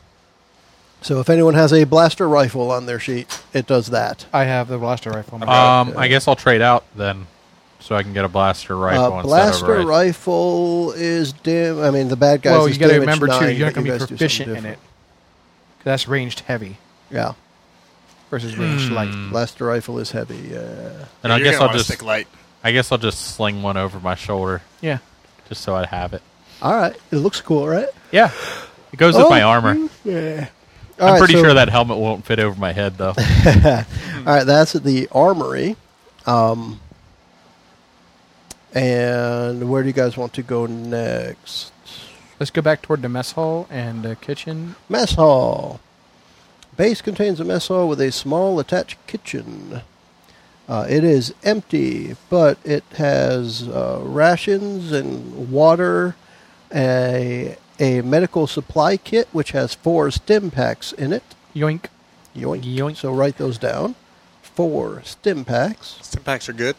Speaker 1: So if anyone has a blaster rifle on their sheet, it does that.
Speaker 2: I have the blaster rifle.
Speaker 5: Um, I guess I'll trade out then, so I can get a blaster rifle
Speaker 1: uh,
Speaker 5: instead
Speaker 1: blaster
Speaker 5: of a
Speaker 1: rifle is dim. I mean, the bad guys.
Speaker 2: well,
Speaker 1: is
Speaker 2: you got to
Speaker 1: damage
Speaker 2: remember too,
Speaker 1: nine,
Speaker 2: you're not
Speaker 1: but
Speaker 2: going
Speaker 1: you
Speaker 2: to be
Speaker 1: guys do something
Speaker 2: proficient in it.
Speaker 1: different.
Speaker 2: 'Cause That's ranged heavy
Speaker 1: Yeah,
Speaker 2: versus ranged
Speaker 5: Mm.
Speaker 2: light.
Speaker 1: blaster rifle is heavy. Yeah.
Speaker 5: And I
Speaker 6: You're
Speaker 5: guess
Speaker 6: gonna
Speaker 5: I'll
Speaker 6: wanna
Speaker 5: just
Speaker 6: stick light.
Speaker 5: I guess I'll just sling one over my shoulder
Speaker 2: Yeah.
Speaker 5: just so I have it.
Speaker 1: All right, it looks cool, right?
Speaker 5: Yeah, it goes with
Speaker 1: Oh,
Speaker 5: my armor.
Speaker 1: Yeah.
Speaker 5: I'm pretty sure that helmet won't fit over my head though.
Speaker 1: All right, that's at the armory. Um, and where do you guys want to go next?
Speaker 2: Let's go back toward the mess hall and the kitchen.
Speaker 1: Mess hall. Base contains a mess hall with a small attached kitchen. Uh, it is empty, but it has uh, rations and water, a, a medical supply kit which has four stim packs in it.
Speaker 2: Yoink.
Speaker 1: Yoink.
Speaker 5: Yoink.
Speaker 1: So write those down. Four stim packs.
Speaker 6: Stim packs are good.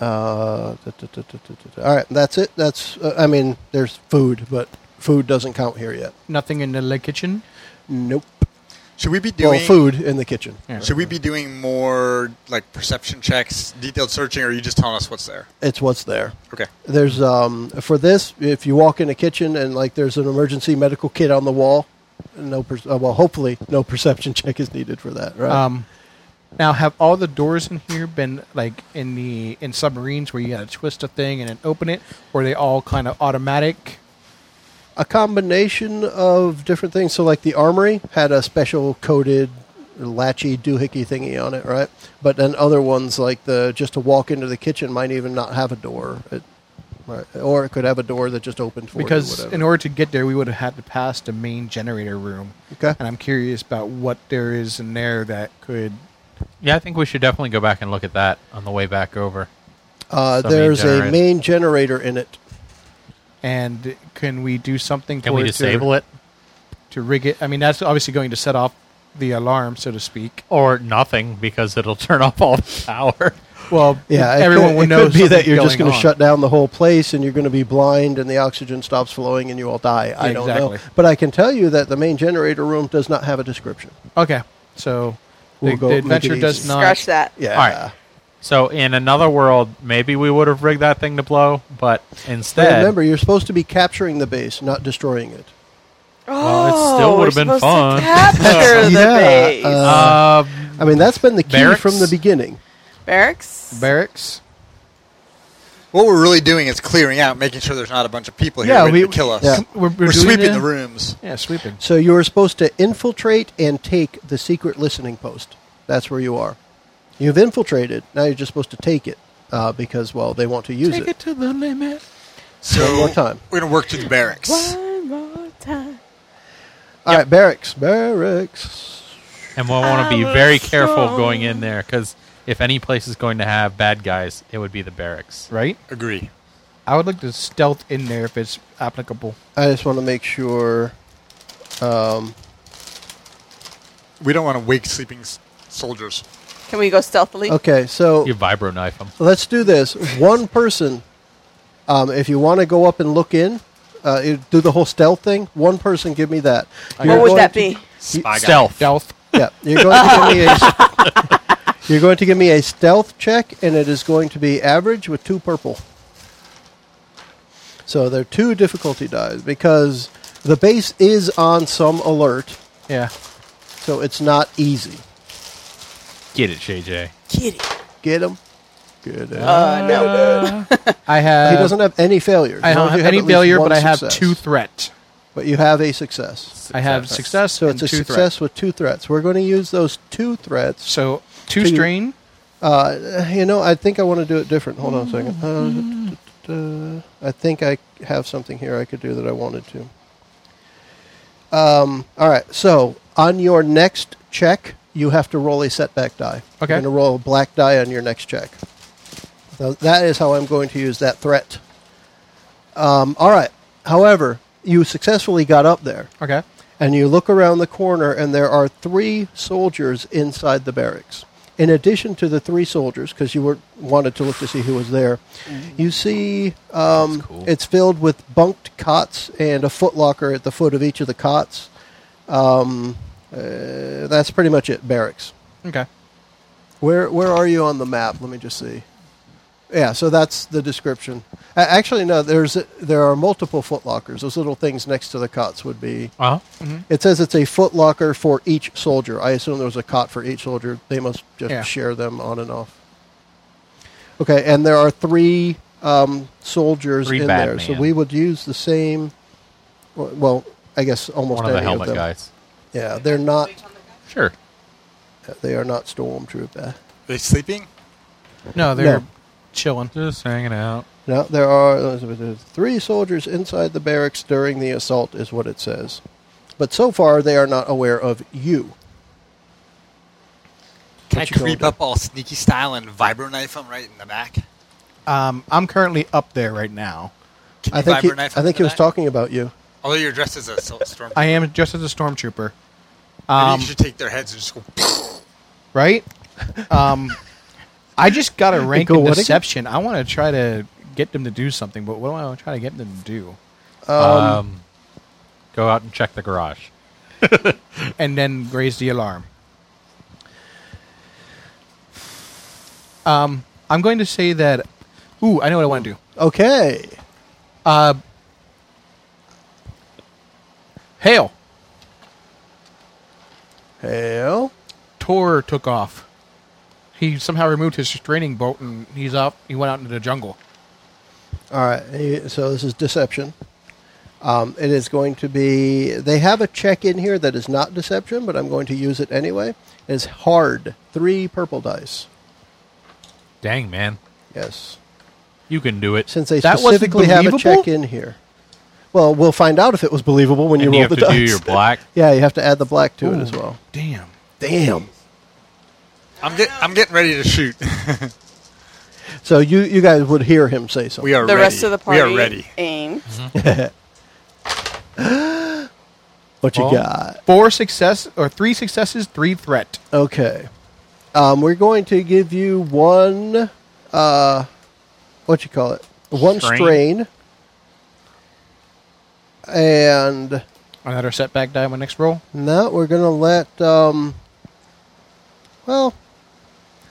Speaker 1: Uh, da- da- da- da- da- da- da. all right, that's it. That's uh, I mean, there's food, but food doesn't count here yet.
Speaker 2: Nothing in the le- kitchen.
Speaker 1: Nope.
Speaker 6: Should we be doing
Speaker 1: Well, food in the kitchen.
Speaker 2: Yeah.
Speaker 6: Should we be doing more like perception checks, detailed searching, or are you just telling us what's there?
Speaker 1: It's what's there.
Speaker 6: Okay.
Speaker 1: There's um for this, if you walk in a kitchen and like there's an emergency medical kit on the wall, no per- uh, well, hopefully no perception check is needed for that, right?
Speaker 2: Um, now, have all the doors in here been like in the in submarines where you got to twist a thing and then open it, or are they all kind of automatic?
Speaker 1: a combination of different things. So, like the armory had a special coated latchy doohickey thingy on it, right? But then other ones, like the just to walk into the kitchen, might even not have a door, it, right? or it could have a door that just opened for
Speaker 2: Because
Speaker 1: you.
Speaker 2: in order to get there, we would have had to pass the main generator room.
Speaker 1: Okay.
Speaker 2: And I'm curious about what there is in there that could.
Speaker 5: yeah, I think we should definitely go back and look at that on the way back over.
Speaker 1: uh,
Speaker 5: some
Speaker 1: there's
Speaker 5: main
Speaker 1: a
Speaker 5: generator.
Speaker 1: main generator in it.
Speaker 2: And can we do something?
Speaker 5: Can we
Speaker 2: toward
Speaker 5: disable
Speaker 2: to,
Speaker 5: it
Speaker 2: to rig it? I mean, that's obviously going to set off the alarm, so to speak.
Speaker 5: or nothing because it'll turn off all the power?
Speaker 2: Well,
Speaker 1: Yeah, it
Speaker 2: everyone
Speaker 1: could,
Speaker 2: would
Speaker 1: it
Speaker 2: know
Speaker 1: could be that
Speaker 2: something's
Speaker 1: you're just
Speaker 2: going
Speaker 1: to
Speaker 2: on.
Speaker 1: shut down the whole place and you're going to be blind and the oxygen stops flowing and you all die. I
Speaker 2: Yeah,
Speaker 1: don't know,
Speaker 2: exactly.
Speaker 1: but I can tell you that the main generator room does not have a description.
Speaker 2: Okay, so the,
Speaker 1: We'll go
Speaker 2: the
Speaker 1: make it
Speaker 2: adventure does
Speaker 1: easy.
Speaker 2: not.
Speaker 4: Scratch that.
Speaker 1: Yeah.
Speaker 5: All right. So in another world, maybe we would have rigged that thing to blow, but instead,
Speaker 1: Remember, you're supposed to be capturing the base, not destroying it.
Speaker 5: Well, it still
Speaker 4: Oh,
Speaker 5: would've
Speaker 4: we're
Speaker 5: been
Speaker 4: supposed
Speaker 5: fun.
Speaker 4: To capture the
Speaker 1: Yeah,
Speaker 4: base.
Speaker 1: uh,
Speaker 5: uh,
Speaker 1: I mean, that's been the key
Speaker 5: Barracks?
Speaker 1: from the beginning.
Speaker 4: Barracks.
Speaker 2: barracks.
Speaker 6: What we're really doing is clearing out, making sure there's not a bunch of people here
Speaker 2: Yeah,
Speaker 6: ready to
Speaker 2: we-
Speaker 6: kill us.
Speaker 1: yeah.
Speaker 2: We're- we're
Speaker 6: We're,
Speaker 2: doing
Speaker 6: sweeping
Speaker 2: it.
Speaker 6: the rooms.
Speaker 2: Yeah, sweeping.
Speaker 1: So you are supposed to infiltrate and take the secret listening post. That's where you are. You've infiltrated. Now you're just supposed to take it uh, because, well, they want to use it.
Speaker 5: to the limit.
Speaker 6: So
Speaker 1: One more time.
Speaker 6: we're gonna work to the barracks.
Speaker 4: One more time.
Speaker 1: All right, barracks, barracks.
Speaker 5: And we'll want to be
Speaker 4: I
Speaker 5: very
Speaker 4: was
Speaker 5: careful of
Speaker 4: wrong.
Speaker 5: going in there because if any place is going to have bad guys, it would be the barracks.
Speaker 2: Right?
Speaker 6: Agree.
Speaker 2: I would like to stealth in there if it's applicable.
Speaker 1: I just want to make sure. Um,
Speaker 6: We don't want to wake sleeping s- soldiers.
Speaker 4: Can we go stealthily?
Speaker 1: okay, so
Speaker 5: You vibro knife them.
Speaker 1: let's do this. One person, um, if you want to go up and look in, uh, you do the whole stealth thing. One person, give me that. You're
Speaker 4: What would
Speaker 1: going
Speaker 4: that
Speaker 1: to-
Speaker 4: be?
Speaker 6: Spy guy.
Speaker 5: Stealth.
Speaker 2: Stealth.
Speaker 1: Yeah, you're going to give me a. You're going to give me a stealth check, and it is going to be average with two purple. So there are two difficulty dies because the base is on some alert,
Speaker 2: Yeah.
Speaker 1: so it's not easy.
Speaker 5: Get it, JJ.
Speaker 4: Kitty.
Speaker 1: Get him. Get him.
Speaker 4: Uh, no.
Speaker 2: I have.
Speaker 1: he doesn't have any failures.
Speaker 2: I
Speaker 1: You
Speaker 2: don't
Speaker 1: only
Speaker 2: have any
Speaker 1: at least
Speaker 2: failure,
Speaker 1: one
Speaker 2: but I have
Speaker 1: success.
Speaker 2: two threat.
Speaker 1: but you have a success.
Speaker 2: I have success.
Speaker 1: So it's
Speaker 2: and
Speaker 1: a
Speaker 2: two
Speaker 1: success
Speaker 2: Threat.
Speaker 1: with two threats. We're going to use those two threats
Speaker 2: So two
Speaker 1: Two.
Speaker 2: strain.
Speaker 1: Uh, you know, I think I want to do it different. Hold on a second. Uh, duh, duh, duh, duh. I think I have something here I could do that I wanted to. Um, all right. So on your next check, you have to roll a setback die.
Speaker 2: Okay.
Speaker 1: You're going to roll a black die on your next check. So that is how I'm going to use that threat. Um, all right. However, you successfully got up there,
Speaker 2: Okay.
Speaker 1: and you look around the corner, and there are three soldiers inside the barracks. In addition to the three soldiers, because you were wanted to look to see who was there, you see um,
Speaker 5: Mm-hmm. That's cool.
Speaker 1: it's filled with bunked cots and a footlocker at the foot of each of the cots. Um, uh, that's pretty much it. Barracks.
Speaker 2: Okay.
Speaker 1: Where where are you on the map? Let me just see. Yeah, so that's the description. A- Actually, no. There's there are multiple footlockers. Those little things next to the cots would be
Speaker 5: Uh huh.
Speaker 1: it says it's a foot locker for each soldier. I assume there's a cot for each soldier. They must just
Speaker 2: Yeah.
Speaker 1: share them on and off. Okay, and there are three um, soldiers
Speaker 5: Three
Speaker 1: in
Speaker 5: bad
Speaker 1: there, so
Speaker 5: man.
Speaker 1: we would use the same. w- Well, I guess almost
Speaker 5: One of the
Speaker 1: any
Speaker 5: helmet
Speaker 1: them.
Speaker 5: guys.
Speaker 1: Yeah, they're not.
Speaker 5: Sure.
Speaker 1: They are not stormtrooper.
Speaker 6: they sleeping?
Speaker 2: No, they're
Speaker 1: No.
Speaker 2: chilling.
Speaker 5: Just hanging out.
Speaker 1: No, there are three soldiers inside the barracks during the assault, is what it says. But so far, they are not aware of you.
Speaker 6: Can I
Speaker 1: What you gonna
Speaker 6: creep
Speaker 1: do?
Speaker 6: up all sneaky style and vibro knife them right in the back?
Speaker 2: Um, I'm currently up there right now.
Speaker 6: Can
Speaker 1: I
Speaker 6: you
Speaker 1: think he,
Speaker 6: vibro knife
Speaker 1: I
Speaker 6: them
Speaker 1: think
Speaker 6: in
Speaker 1: he
Speaker 6: the
Speaker 1: was
Speaker 6: back?
Speaker 1: talking about you.
Speaker 6: Although you're dressed as a sol- storm.
Speaker 2: I am just as a stormtrooper,
Speaker 6: Maybe
Speaker 2: um,
Speaker 6: you should take their heads and just go.
Speaker 2: right? Um, I just got a rank
Speaker 1: go
Speaker 2: in
Speaker 1: what again?
Speaker 2: deception. I want to try to get them to do something, but what do I want to try to get them to do?
Speaker 1: Um,
Speaker 5: Um, go out and check the garage.
Speaker 2: And then raise the alarm. Um, I'm going to say that. Ooh, I know what I want to do.
Speaker 1: okay.
Speaker 2: Uh, hail!
Speaker 1: Hell.
Speaker 2: Tor took off. He somehow removed his restraining bolt and he's out. He went out into the jungle.
Speaker 1: All right. eh, So this is deception. Um, it is going to be. They have a check in here that is not deception, but I'm going to use it anyway. It's hard. Three purple dice.
Speaker 5: Dang, man.
Speaker 1: Yes.
Speaker 5: You can do it.
Speaker 1: Since they
Speaker 2: That wasn't
Speaker 1: specifically have a
Speaker 2: believable?
Speaker 1: check in here. Well, we'll find out if it was believable when
Speaker 5: and
Speaker 1: you
Speaker 5: you
Speaker 1: roll
Speaker 5: have
Speaker 1: the
Speaker 5: to
Speaker 1: dice.
Speaker 5: do your black.
Speaker 1: yeah, you have to add the black to it as
Speaker 2: Ooh.
Speaker 1: well.
Speaker 2: Damn.
Speaker 1: Damn.
Speaker 6: I'm get, I'm getting ready to shoot.
Speaker 1: So you you guys would hear him say something.
Speaker 6: we are
Speaker 4: The
Speaker 6: ready.
Speaker 4: rest of the party
Speaker 6: We are ready.
Speaker 4: aim.
Speaker 1: what you
Speaker 5: Well.
Speaker 1: got?
Speaker 2: Four success or three successes, three threat.
Speaker 1: Okay. Um, we're going to give you one, uh, what you call it? One strain.
Speaker 5: Strain.
Speaker 1: And
Speaker 2: Another setback die on my next roll.
Speaker 1: now we're going to let, um, well,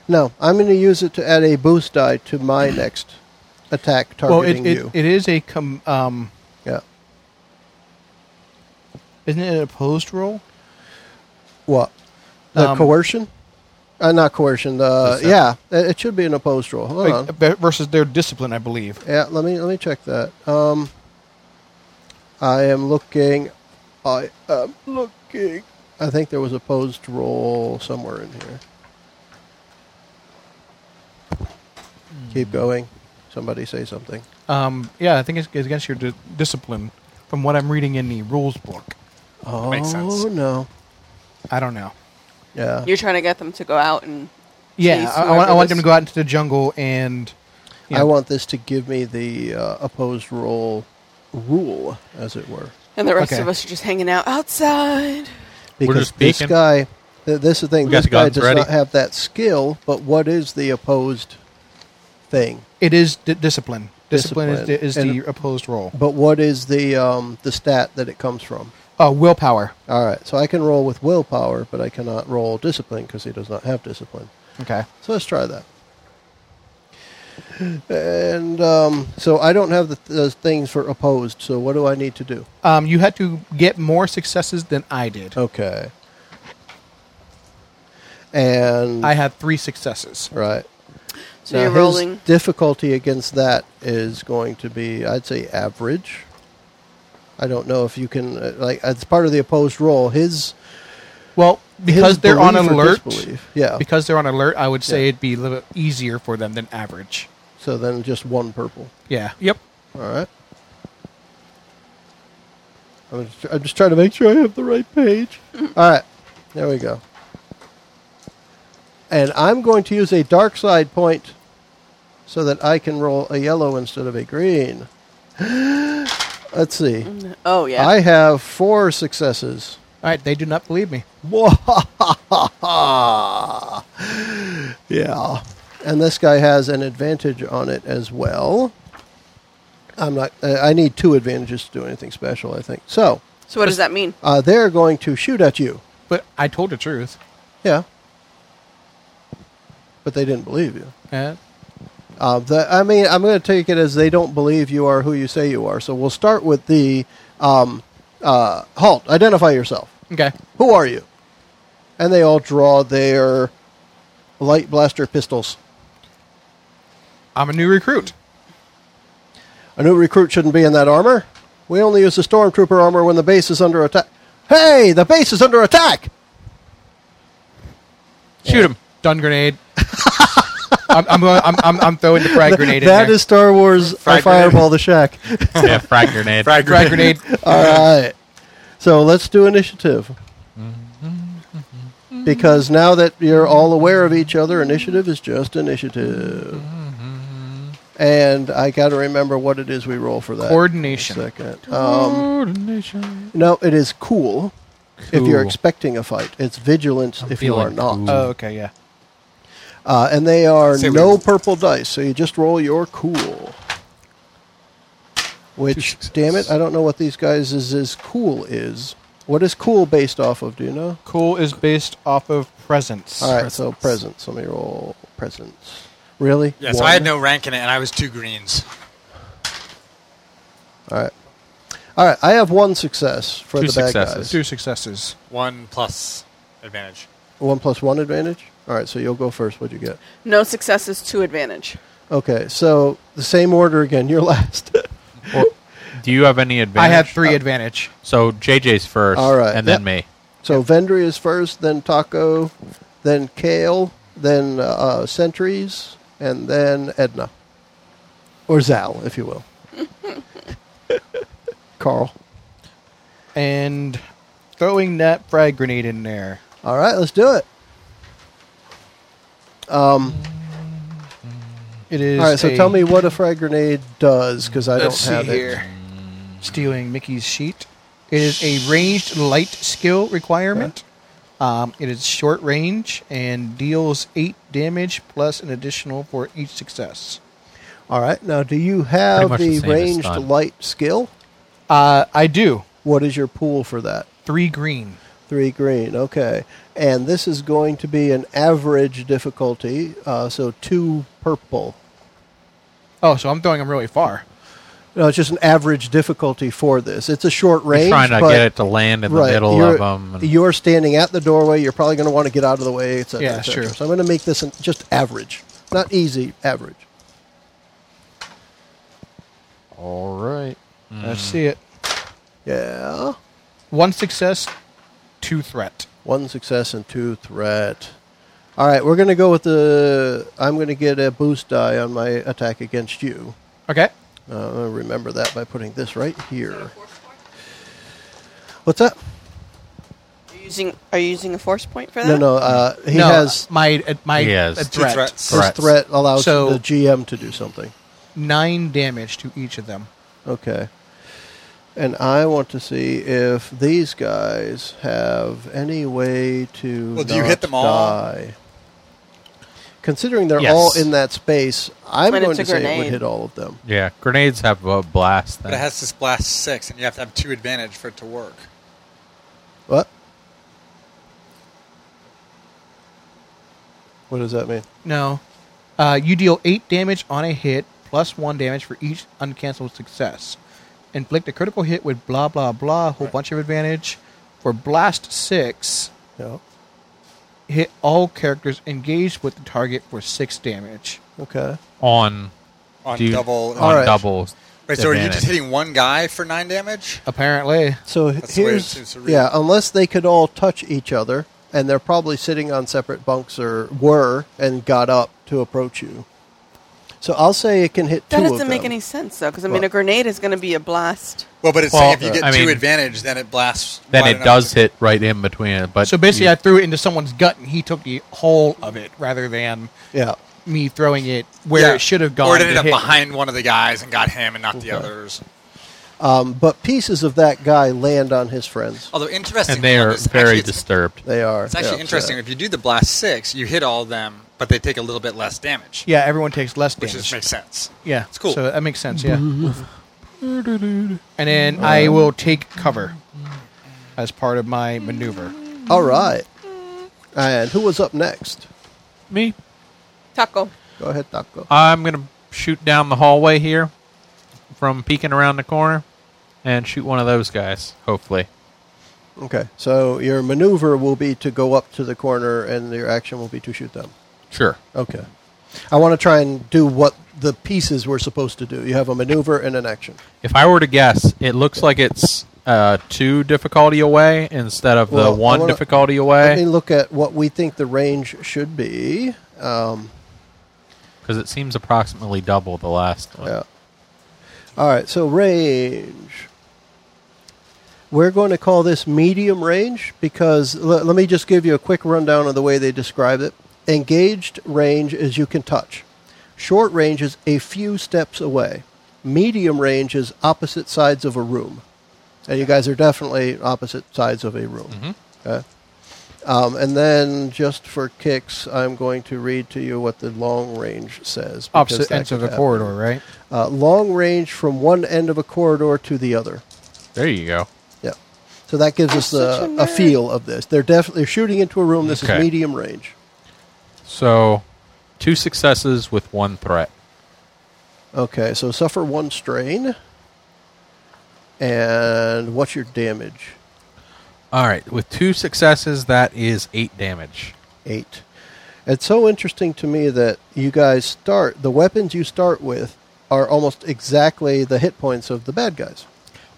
Speaker 1: no, I'm going to use it to add a boost die to my next attack
Speaker 2: Well, it,
Speaker 1: targeting
Speaker 2: it,
Speaker 1: you.
Speaker 2: it is a com, um,
Speaker 1: yeah.
Speaker 2: isn't it an opposed roll?
Speaker 1: What? The
Speaker 2: Um,
Speaker 1: coercion? Uh, not coercion. Uh,
Speaker 5: Perception.
Speaker 1: yeah, it, it should be an opposed roll. Hold on.
Speaker 2: Like, be- versus their discipline, I believe.
Speaker 1: Yeah, let me let me check that. Um, I am looking. I am looking. I think there was a posed roll somewhere in here. Keep
Speaker 5: Hmm.
Speaker 1: going. Somebody say something.
Speaker 2: Um, yeah, I think it's, it's against your di- discipline, from what I'm reading in the rules book.
Speaker 1: Oh
Speaker 6: makes sense.
Speaker 1: no.
Speaker 2: I don't know.
Speaker 1: Yeah.
Speaker 4: You're trying to get them to go out and
Speaker 2: Yeah,
Speaker 4: Please,
Speaker 2: I, I want, I
Speaker 4: whoever
Speaker 2: want them
Speaker 4: this-
Speaker 2: to go out into the jungle and. you
Speaker 1: I
Speaker 2: know,
Speaker 1: want this to give me the uh, opposed roll rule, as it were.
Speaker 4: and the rest
Speaker 2: Okay.
Speaker 4: of us are just hanging out outside.
Speaker 1: Because
Speaker 5: just
Speaker 1: this
Speaker 5: peeking.
Speaker 1: guy, th- this is the thing.
Speaker 5: We got
Speaker 1: This
Speaker 5: the
Speaker 1: guy
Speaker 5: guns
Speaker 1: does
Speaker 5: ready.
Speaker 1: not have that skill. But what is the opposed thing?
Speaker 2: It is di- discipline. Discipline, is,
Speaker 1: Discipline.
Speaker 2: the, is
Speaker 1: And-
Speaker 2: the opposed role.
Speaker 1: But what is the um, the stat that it comes from?
Speaker 2: Uh, willpower.
Speaker 1: All right, so I can roll with willpower, but I cannot roll discipline because he does not have discipline.
Speaker 2: Okay.
Speaker 1: So let's try that. And um, so I don't have the, the things for opposed. So what do I need to do?
Speaker 2: Um, you had to get more successes than I did.
Speaker 1: Okay. And
Speaker 2: I had three successes.
Speaker 1: right.
Speaker 4: So
Speaker 1: Now,
Speaker 4: you're
Speaker 1: his
Speaker 4: rolling.
Speaker 1: difficulty against that is going to be, I'd say, average. I don't know if you can uh, like as part of the opposed roll. His
Speaker 2: Well, because
Speaker 1: his
Speaker 2: they're on
Speaker 1: belief or
Speaker 2: alert.
Speaker 1: disbelief. Yeah.
Speaker 2: Because they're on alert, I would say
Speaker 1: Yeah.
Speaker 2: it'd be a little bit easier for them than average.
Speaker 1: so then just one purple.
Speaker 2: Yeah. Yep.
Speaker 1: All right. I'm just, I'm just trying to make sure I have the right page.
Speaker 2: Mm-hmm.
Speaker 1: All right. There we go. And I'm going to use a dark side point so that I can roll a yellow instead of a green. Let's see.
Speaker 4: Oh yeah.
Speaker 1: I have four successes.
Speaker 2: All right. They do not believe me.
Speaker 1: yeah. And this guy has an advantage on it as well. I'm not. Uh, I need two advantages to do anything special. I think so.
Speaker 4: so what does that mean?
Speaker 1: Uh, they're going to shoot at you.
Speaker 2: But I told the truth.
Speaker 1: Yeah. But they didn't believe you.
Speaker 2: Uh,
Speaker 1: Uh, the, I mean, I'm going to take it as they don't believe you are who you say you are. So we'll start with the um, uh, halt. Identify yourself.
Speaker 2: okay.
Speaker 1: Who are you? And they all draw their light blaster pistols.
Speaker 2: I'm a new recruit.
Speaker 1: A new recruit shouldn't be in that armor. We only use the stormtrooper armor when the base is under attack. Hey, the base is under attack!
Speaker 5: Shoot him.
Speaker 2: Dun grenade. I'm, I'm, going, I'm, I'm, I'm throwing the frag grenade in
Speaker 1: That
Speaker 2: there.
Speaker 1: is Star Wars. I
Speaker 6: Frag grenade.
Speaker 1: fireball the shack.
Speaker 5: yeah, frag grenade.
Speaker 6: Frag
Speaker 2: frag grenade.
Speaker 1: All right. So let's do initiative. Because now that you're all aware of each other, initiative is just initiative. And I got to remember what it is we roll for that.
Speaker 2: Coordination.
Speaker 1: Second. Um, no, it is cool, if you're
Speaker 5: Cool.
Speaker 1: expecting a fight. It's vigilance if you are
Speaker 5: feeling
Speaker 1: not.
Speaker 5: cool.
Speaker 2: Oh, okay. Yeah.
Speaker 1: Uh, and they are
Speaker 6: Say
Speaker 1: no
Speaker 6: we-
Speaker 1: purple dice, so you just roll your cool. Which, damn it, I don't know what these guys' is, is cool is. What is cool based off of? Do you know?
Speaker 2: Cool is based off of presence.
Speaker 1: All right, so presence. Let me roll presence. Really?
Speaker 6: Yeah, so I had
Speaker 1: One?
Speaker 6: no rank in it, and I was two greens.
Speaker 1: All right. All right, I have one success for
Speaker 5: Two
Speaker 1: the bad
Speaker 5: successes.
Speaker 1: guys.
Speaker 2: Two successes.
Speaker 6: One plus advantage.
Speaker 1: One plus one advantage? All right, so you'll go first. What'd you get?
Speaker 4: No success is two advantage.
Speaker 1: Okay, so the same order again. You're last.
Speaker 5: Well, do you have any advantage? Uh,
Speaker 2: I had three
Speaker 1: Uh,
Speaker 2: advantage.
Speaker 5: So JJ's first,
Speaker 1: All right.
Speaker 5: and then me.
Speaker 1: So Vendry is first, then Taco, then Kale, then uh, Sentries, and then Edna. Or Zal, if you will. Carl.
Speaker 2: and throwing that frag grenade in there.
Speaker 1: All right, let's do it. Um,
Speaker 2: It is.
Speaker 1: all right, so
Speaker 2: a
Speaker 1: tell me what a frag grenade does, because I don't have it.
Speaker 2: Stealing Mickey's sheet. It is a ranged light skill requirement. Um, it is short range and deals eight damage plus an additional for each success.
Speaker 1: All right, now do you
Speaker 5: Pretty
Speaker 1: have
Speaker 5: much the
Speaker 1: the
Speaker 5: same as
Speaker 1: ranged
Speaker 5: stun.
Speaker 1: light skill?
Speaker 2: Uh, I do
Speaker 1: What is your pool for that?
Speaker 2: three green.
Speaker 1: Three green, okay. And this is going to be an average difficulty, uh, so two purple.
Speaker 2: Oh, so I'm throwing them really far.
Speaker 1: No, it's just an average difficulty for this. It's a short range.
Speaker 5: You're trying to
Speaker 1: but-
Speaker 5: get it to land in the
Speaker 1: right,
Speaker 5: middle
Speaker 1: you're,
Speaker 5: of them. And,
Speaker 1: You're standing at the doorway. You're probably going to want to get out of the way, etc.
Speaker 2: Yeah,
Speaker 1: et cetera.
Speaker 2: sure.
Speaker 1: So I'm going to make this an, just average, not easy, average.
Speaker 2: All right. Let's
Speaker 1: Hmm.
Speaker 2: see it.
Speaker 1: Yeah,
Speaker 2: One success, two threat.
Speaker 1: one success and two threat. All right, we're going to go with the. I'm going to get a boost die on my attack against you.
Speaker 2: Okay.
Speaker 1: Uh, I'm gonna remember that by putting this right here. What's that?
Speaker 4: You're using, are you using a force point for that?
Speaker 1: No, no. Uh, he
Speaker 2: no,
Speaker 1: has
Speaker 2: my uh, my
Speaker 5: He has
Speaker 2: uh,
Speaker 5: two
Speaker 2: threat.
Speaker 6: threats.
Speaker 1: his
Speaker 5: threats.
Speaker 1: threat allows
Speaker 2: So-
Speaker 1: the GM to do something.
Speaker 2: Nine damage to each of them.
Speaker 1: Okay. And I want to see if these guys have any way to
Speaker 6: Well, do you
Speaker 1: not
Speaker 6: hit them all?
Speaker 1: die. Considering they're
Speaker 5: Yes.
Speaker 1: all in that space, I'm
Speaker 4: And
Speaker 1: going
Speaker 4: it's
Speaker 1: to
Speaker 4: a
Speaker 1: say it would
Speaker 4: grenade.
Speaker 1: hit all of them.
Speaker 5: yeah, grenades have a blast.
Speaker 6: But
Speaker 5: thing.
Speaker 6: it has this blast six, and you have to have two advantage for it to work.
Speaker 1: What? What does that mean?
Speaker 2: No. Uh, you deal eight damage on a hit, plus one damage for each uncancelled success. Inflict a critical hit with blah blah blah, a whole bunch of advantage. For blast six,
Speaker 1: No.
Speaker 2: hit all characters engaged with the target for six damage.
Speaker 1: Okay.
Speaker 5: on
Speaker 6: On
Speaker 5: do you-
Speaker 6: double.
Speaker 1: All
Speaker 5: on
Speaker 1: right.
Speaker 5: double.
Speaker 6: Wait, so are you
Speaker 5: advantage.
Speaker 6: just hitting one guy for nine damage?
Speaker 2: Apparently,
Speaker 1: So
Speaker 6: That's the way it seems
Speaker 1: here's
Speaker 6: to read.
Speaker 1: yeah, unless they could all touch each other, and they're probably sitting on separate bunks or were and got up to approach you. So I'll say it can hit
Speaker 4: That
Speaker 1: two
Speaker 4: doesn't
Speaker 1: of
Speaker 4: make
Speaker 1: them.
Speaker 4: any sense, though, because I mean,
Speaker 1: What?
Speaker 4: a grenade is going to be a blast.
Speaker 6: Well, but it's
Speaker 5: Well,
Speaker 6: saying if you get
Speaker 5: I
Speaker 6: two
Speaker 5: mean-
Speaker 6: advantage, then it blasts.
Speaker 5: Then
Speaker 6: wide
Speaker 5: it
Speaker 6: enough
Speaker 5: does
Speaker 6: to-
Speaker 5: hit right in between it. But
Speaker 2: so basically,
Speaker 5: you-
Speaker 2: I threw it into someone's gut, and he took the whole of it rather than
Speaker 1: Yeah.
Speaker 2: me throwing it where
Speaker 6: Yeah.
Speaker 2: it should have gone.
Speaker 6: Or it
Speaker 2: to
Speaker 6: ended up
Speaker 2: hit.
Speaker 6: behind one of the guys and got him and not the others.
Speaker 1: Um, but pieces of that guy land on his friends.
Speaker 6: Although interesting,
Speaker 5: and they are very
Speaker 6: it's,
Speaker 5: disturbed.
Speaker 1: They are.
Speaker 6: Oh, It's actually
Speaker 1: they're
Speaker 6: interesting.
Speaker 1: upset.
Speaker 6: If you do the blast six, you hit all of them, but they take a little bit less damage,
Speaker 2: Yeah, everyone takes less
Speaker 6: which
Speaker 2: damage.
Speaker 6: just makes sense.
Speaker 2: yeah,
Speaker 6: It's cool.
Speaker 2: So that makes sense. Yeah. and then I will take cover as part of my maneuver.
Speaker 1: All right. And who was up next?
Speaker 5: Me,
Speaker 4: Taco.
Speaker 1: Go ahead, Taco.
Speaker 6: Uh,
Speaker 5: I'm gonna shoot down the hallway here from peeking around the corner and shoot one of those guys. Hopefully,
Speaker 1: Okay. So your maneuver will be to go up to the corner, and your action will be to shoot them.
Speaker 5: sure.
Speaker 1: Okay. I want to try and do what the pieces were supposed to do. You have a maneuver and an action.
Speaker 5: If I were to guess, it looks like it's uh, two difficulty away instead of
Speaker 1: Well, I
Speaker 5: the one
Speaker 1: wanna-
Speaker 5: difficulty
Speaker 1: Let me
Speaker 5: away
Speaker 1: look at what we think the range should be. Um,
Speaker 5: because it seems approximately double the last one.
Speaker 1: yeah. All right. So range. We're going to call this medium range because l- let me just give you a quick rundown of the way they describe it. Engaged range is you can touch. Short range is a few steps away. Medium range is opposite sides of a room. And you guys are definitely opposite sides of a room.
Speaker 2: Mm-hmm.
Speaker 1: Okay. Um, and then, just for kicks, I'm going to read to you what the long range says. because
Speaker 2: Opposite
Speaker 1: that
Speaker 2: ends of
Speaker 1: could
Speaker 2: the
Speaker 1: happen.
Speaker 2: corridor, right?
Speaker 1: Uh, long range from one end of a corridor to the other.
Speaker 5: There you go.
Speaker 1: Yeah. So that gives us
Speaker 4: such
Speaker 1: a,
Speaker 4: a
Speaker 1: a
Speaker 4: nerd.
Speaker 1: feel of this. They're definitely shooting into a room. This
Speaker 5: Okay.
Speaker 1: is medium range.
Speaker 5: So, two successes with one threat.
Speaker 1: Okay, so suffer one strain. And what's your damage?
Speaker 5: All right, with two successes, that is eight damage.
Speaker 1: Eight. It's so interesting to me that you guys start, the weapons you start with are almost exactly the hit points of the bad guys.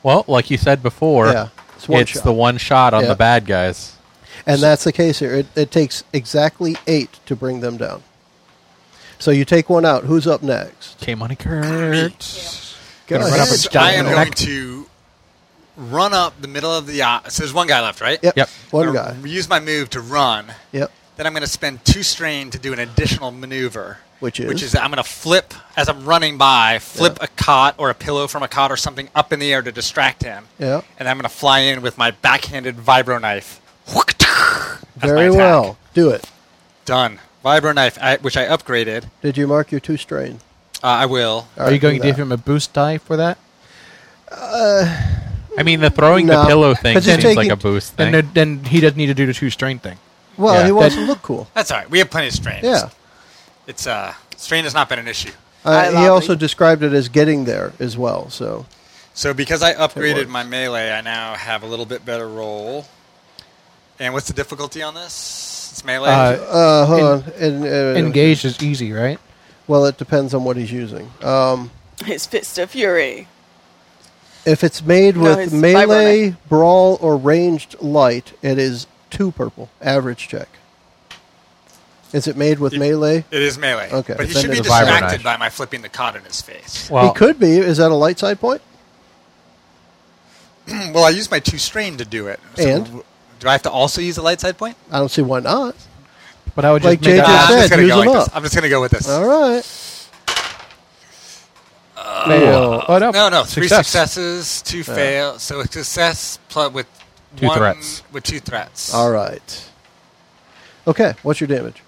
Speaker 5: Well, like you said before,
Speaker 1: Yeah, it's
Speaker 5: it's,
Speaker 1: one shot.
Speaker 5: the one shot on
Speaker 1: Yeah.
Speaker 5: the bad guys.
Speaker 1: And that's the case here. It, it takes exactly eight to bring them down. So you take one out. Who's up next?
Speaker 5: K Money Kurt.
Speaker 1: Go
Speaker 2: Run up
Speaker 1: ahead.
Speaker 2: and
Speaker 6: So
Speaker 2: stab
Speaker 6: I am
Speaker 2: him in the
Speaker 6: going
Speaker 2: neck.
Speaker 6: to run up the middle of the. Uh, so there's one guy left, right?
Speaker 1: Yep.
Speaker 5: Yep.
Speaker 1: One
Speaker 6: I'm
Speaker 1: guy.
Speaker 6: gonna Use my move to run.
Speaker 1: Yep.
Speaker 6: Then I'm going to spend two strain to do an additional maneuver.
Speaker 1: Which is?
Speaker 6: Which is that I'm going to flip, as I'm running by, flip a cot or a pillow from a cot or something up in the air to distract him.
Speaker 1: Yeah.
Speaker 6: And I'm going to fly in with my backhanded vibro knife. That's my
Speaker 1: Very
Speaker 6: attack.
Speaker 1: well. Do it.
Speaker 6: Done. Vibro knife, I, which I upgraded.
Speaker 1: Did you mark your two strain?
Speaker 6: Uh, I will.
Speaker 1: All
Speaker 2: Are you
Speaker 1: right,
Speaker 2: going
Speaker 1: do
Speaker 2: to give
Speaker 1: that.
Speaker 2: him a boost die for that?
Speaker 5: I mean, the throwing
Speaker 1: No,
Speaker 5: the pillow thing
Speaker 1: 'cause he's
Speaker 5: seems like
Speaker 1: taking-
Speaker 5: a boost
Speaker 2: Then,
Speaker 5: thing.
Speaker 2: there- then he doesn't need to do the two strain thing.
Speaker 1: Well,
Speaker 5: Yeah.
Speaker 1: he wants to look cool.
Speaker 6: That's all right. We have plenty of strain.
Speaker 1: Yeah.
Speaker 6: It's uh, strain has not been an issue.
Speaker 4: I
Speaker 1: Uh, he
Speaker 4: lobby.
Speaker 1: also described it as getting there as well. So
Speaker 6: So because I upgraded
Speaker 1: works.
Speaker 6: my melee, I now have a little bit better roll. And what's the difficulty on this? It's melee.
Speaker 2: Uh,
Speaker 1: uh, hold
Speaker 2: En-
Speaker 1: on. And, uh,
Speaker 2: Engaged is easy, right?
Speaker 1: Well, it depends on what he's using. Um,
Speaker 4: His fist of fury.
Speaker 1: if it's made
Speaker 4: No,
Speaker 1: with
Speaker 4: it's
Speaker 1: melee, brawl, or ranged light, it is two purple average check. Is it made with
Speaker 6: It-
Speaker 1: melee?
Speaker 6: it is melee.
Speaker 1: Okay.
Speaker 6: But he
Speaker 1: Then
Speaker 6: should be
Speaker 5: it's a vibro
Speaker 6: distracted
Speaker 5: knife.
Speaker 6: by my flipping the cod in his face.
Speaker 5: Well,
Speaker 1: he could be. Is that a light side point?
Speaker 6: well, I used my two strain to do it. So
Speaker 1: And?
Speaker 6: w- do I have to also use a light side point?
Speaker 1: I don't see why not.
Speaker 2: But I would just
Speaker 1: Like
Speaker 2: make
Speaker 1: JJ
Speaker 2: that-
Speaker 6: I'm just
Speaker 1: said,
Speaker 6: gonna
Speaker 1: use
Speaker 6: go
Speaker 1: them
Speaker 6: like this.
Speaker 1: up.
Speaker 6: I'm just gonna go with this.
Speaker 1: All right.
Speaker 2: fail. Oh, no.
Speaker 6: No, no, three
Speaker 2: Success.
Speaker 6: successes, two fail. So a success plus with
Speaker 5: Two
Speaker 6: one,
Speaker 5: threats.
Speaker 6: With two threats.
Speaker 1: All right. Okay. What's your damage?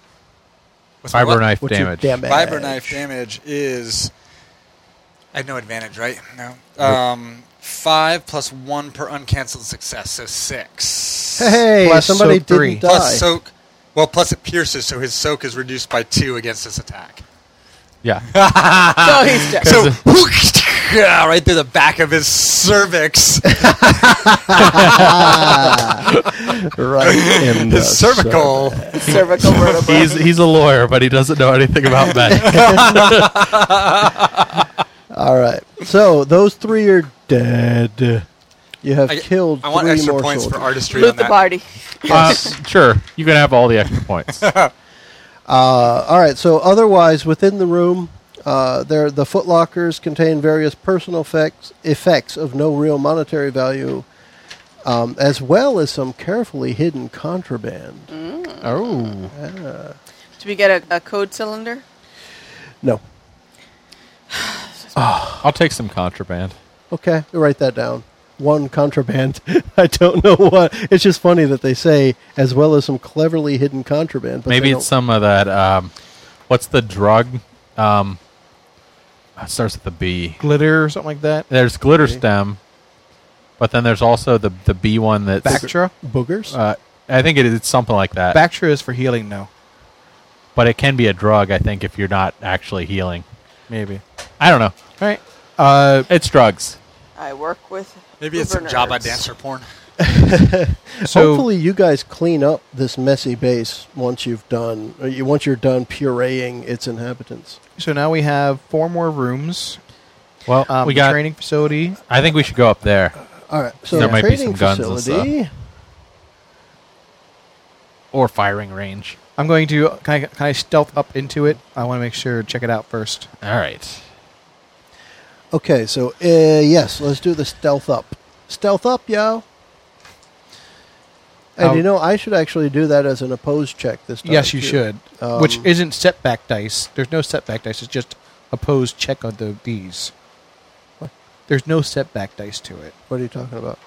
Speaker 6: What's my
Speaker 5: fiber
Speaker 6: what?
Speaker 5: knife
Speaker 1: What's
Speaker 5: damage.
Speaker 1: your damage?
Speaker 6: Viber knife damage is. I had no advantage, right? No. Um, five plus one per uncancelled success, so six.
Speaker 1: Hey,
Speaker 2: Plus
Speaker 1: somebody
Speaker 2: soak three.
Speaker 1: didn't die.
Speaker 6: Plus soak. Well, plus it pierces, so his soak is reduced by two against this attack.
Speaker 5: Yeah.
Speaker 4: so he's dead.
Speaker 6: So,
Speaker 5: uh,
Speaker 6: right through the back of his cervix,
Speaker 1: right in the
Speaker 6: his
Speaker 5: uh,
Speaker 6: cervical.
Speaker 4: cervical vertebra.
Speaker 5: he's he's a lawyer, but he doesn't know anything about that.
Speaker 1: All right. So those three are dead. You have
Speaker 6: I,
Speaker 1: killed
Speaker 6: I want
Speaker 1: three
Speaker 6: extra
Speaker 1: more
Speaker 6: points
Speaker 1: soldiers.
Speaker 6: for artistry
Speaker 4: Loot
Speaker 6: on
Speaker 4: the
Speaker 6: that.
Speaker 4: party.
Speaker 5: uh, sure, you can have all the extra points.
Speaker 1: Uh, all right. So otherwise, within the room, uh, there the footlockers contain various personal effects effects of no real monetary value, um, as well as some carefully hidden contraband.
Speaker 6: Mm.
Speaker 5: Oh,
Speaker 4: Do we get a, a code cylinder?
Speaker 1: No.
Speaker 5: I'll take some contraband.
Speaker 1: Okay, write that down. One contraband. I don't know what. It's just funny that they say as well as some cleverly hidden contraband. But
Speaker 5: Maybe
Speaker 1: they
Speaker 5: it's
Speaker 1: don't-
Speaker 5: some of that. Um, what's the drug? Um, it starts with the B.
Speaker 2: Glitter or something like that.
Speaker 5: There's glitter stem, but then there's also the the B one that's.
Speaker 2: Bactra.
Speaker 1: boogers.
Speaker 5: Uh, I think it is it's something like that.
Speaker 2: Bactra is for healing, though.
Speaker 5: but it can be a drug. I think if you're not actually healing,
Speaker 2: Maybe.
Speaker 5: I don't know.
Speaker 2: All right. Uh,
Speaker 5: It's drugs.
Speaker 4: I work with.
Speaker 6: Maybe it's
Speaker 4: Uber
Speaker 6: some Java
Speaker 4: nerds.
Speaker 6: dancer porn.
Speaker 2: so
Speaker 1: Hopefully, you guys clean up this messy base once you've done. Or you, once you're done pureeing its inhabitants.
Speaker 2: so now we have four more rooms.
Speaker 5: Well,
Speaker 2: Um,
Speaker 5: we got.
Speaker 2: training facility.
Speaker 5: I think we should go up there,
Speaker 1: All right. So
Speaker 5: There might be
Speaker 1: training
Speaker 5: some guns and
Speaker 1: facility.
Speaker 5: or firing range.
Speaker 2: I'm going to can I, can I stealth up into it? I want to make sure check it out first.
Speaker 1: Uh,
Speaker 5: All right.
Speaker 1: Okay. So uh, yes, let's do the stealth up. Stealth up, yo. And
Speaker 2: Oh.
Speaker 1: you know, I should actually do that as an opposed check this time.
Speaker 2: yes, you
Speaker 1: too.
Speaker 2: should.
Speaker 1: Um,
Speaker 2: Which isn't setback dice. There's no setback dice. It's just opposed check on the these. There's no setback dice to it.
Speaker 1: What are you talking about?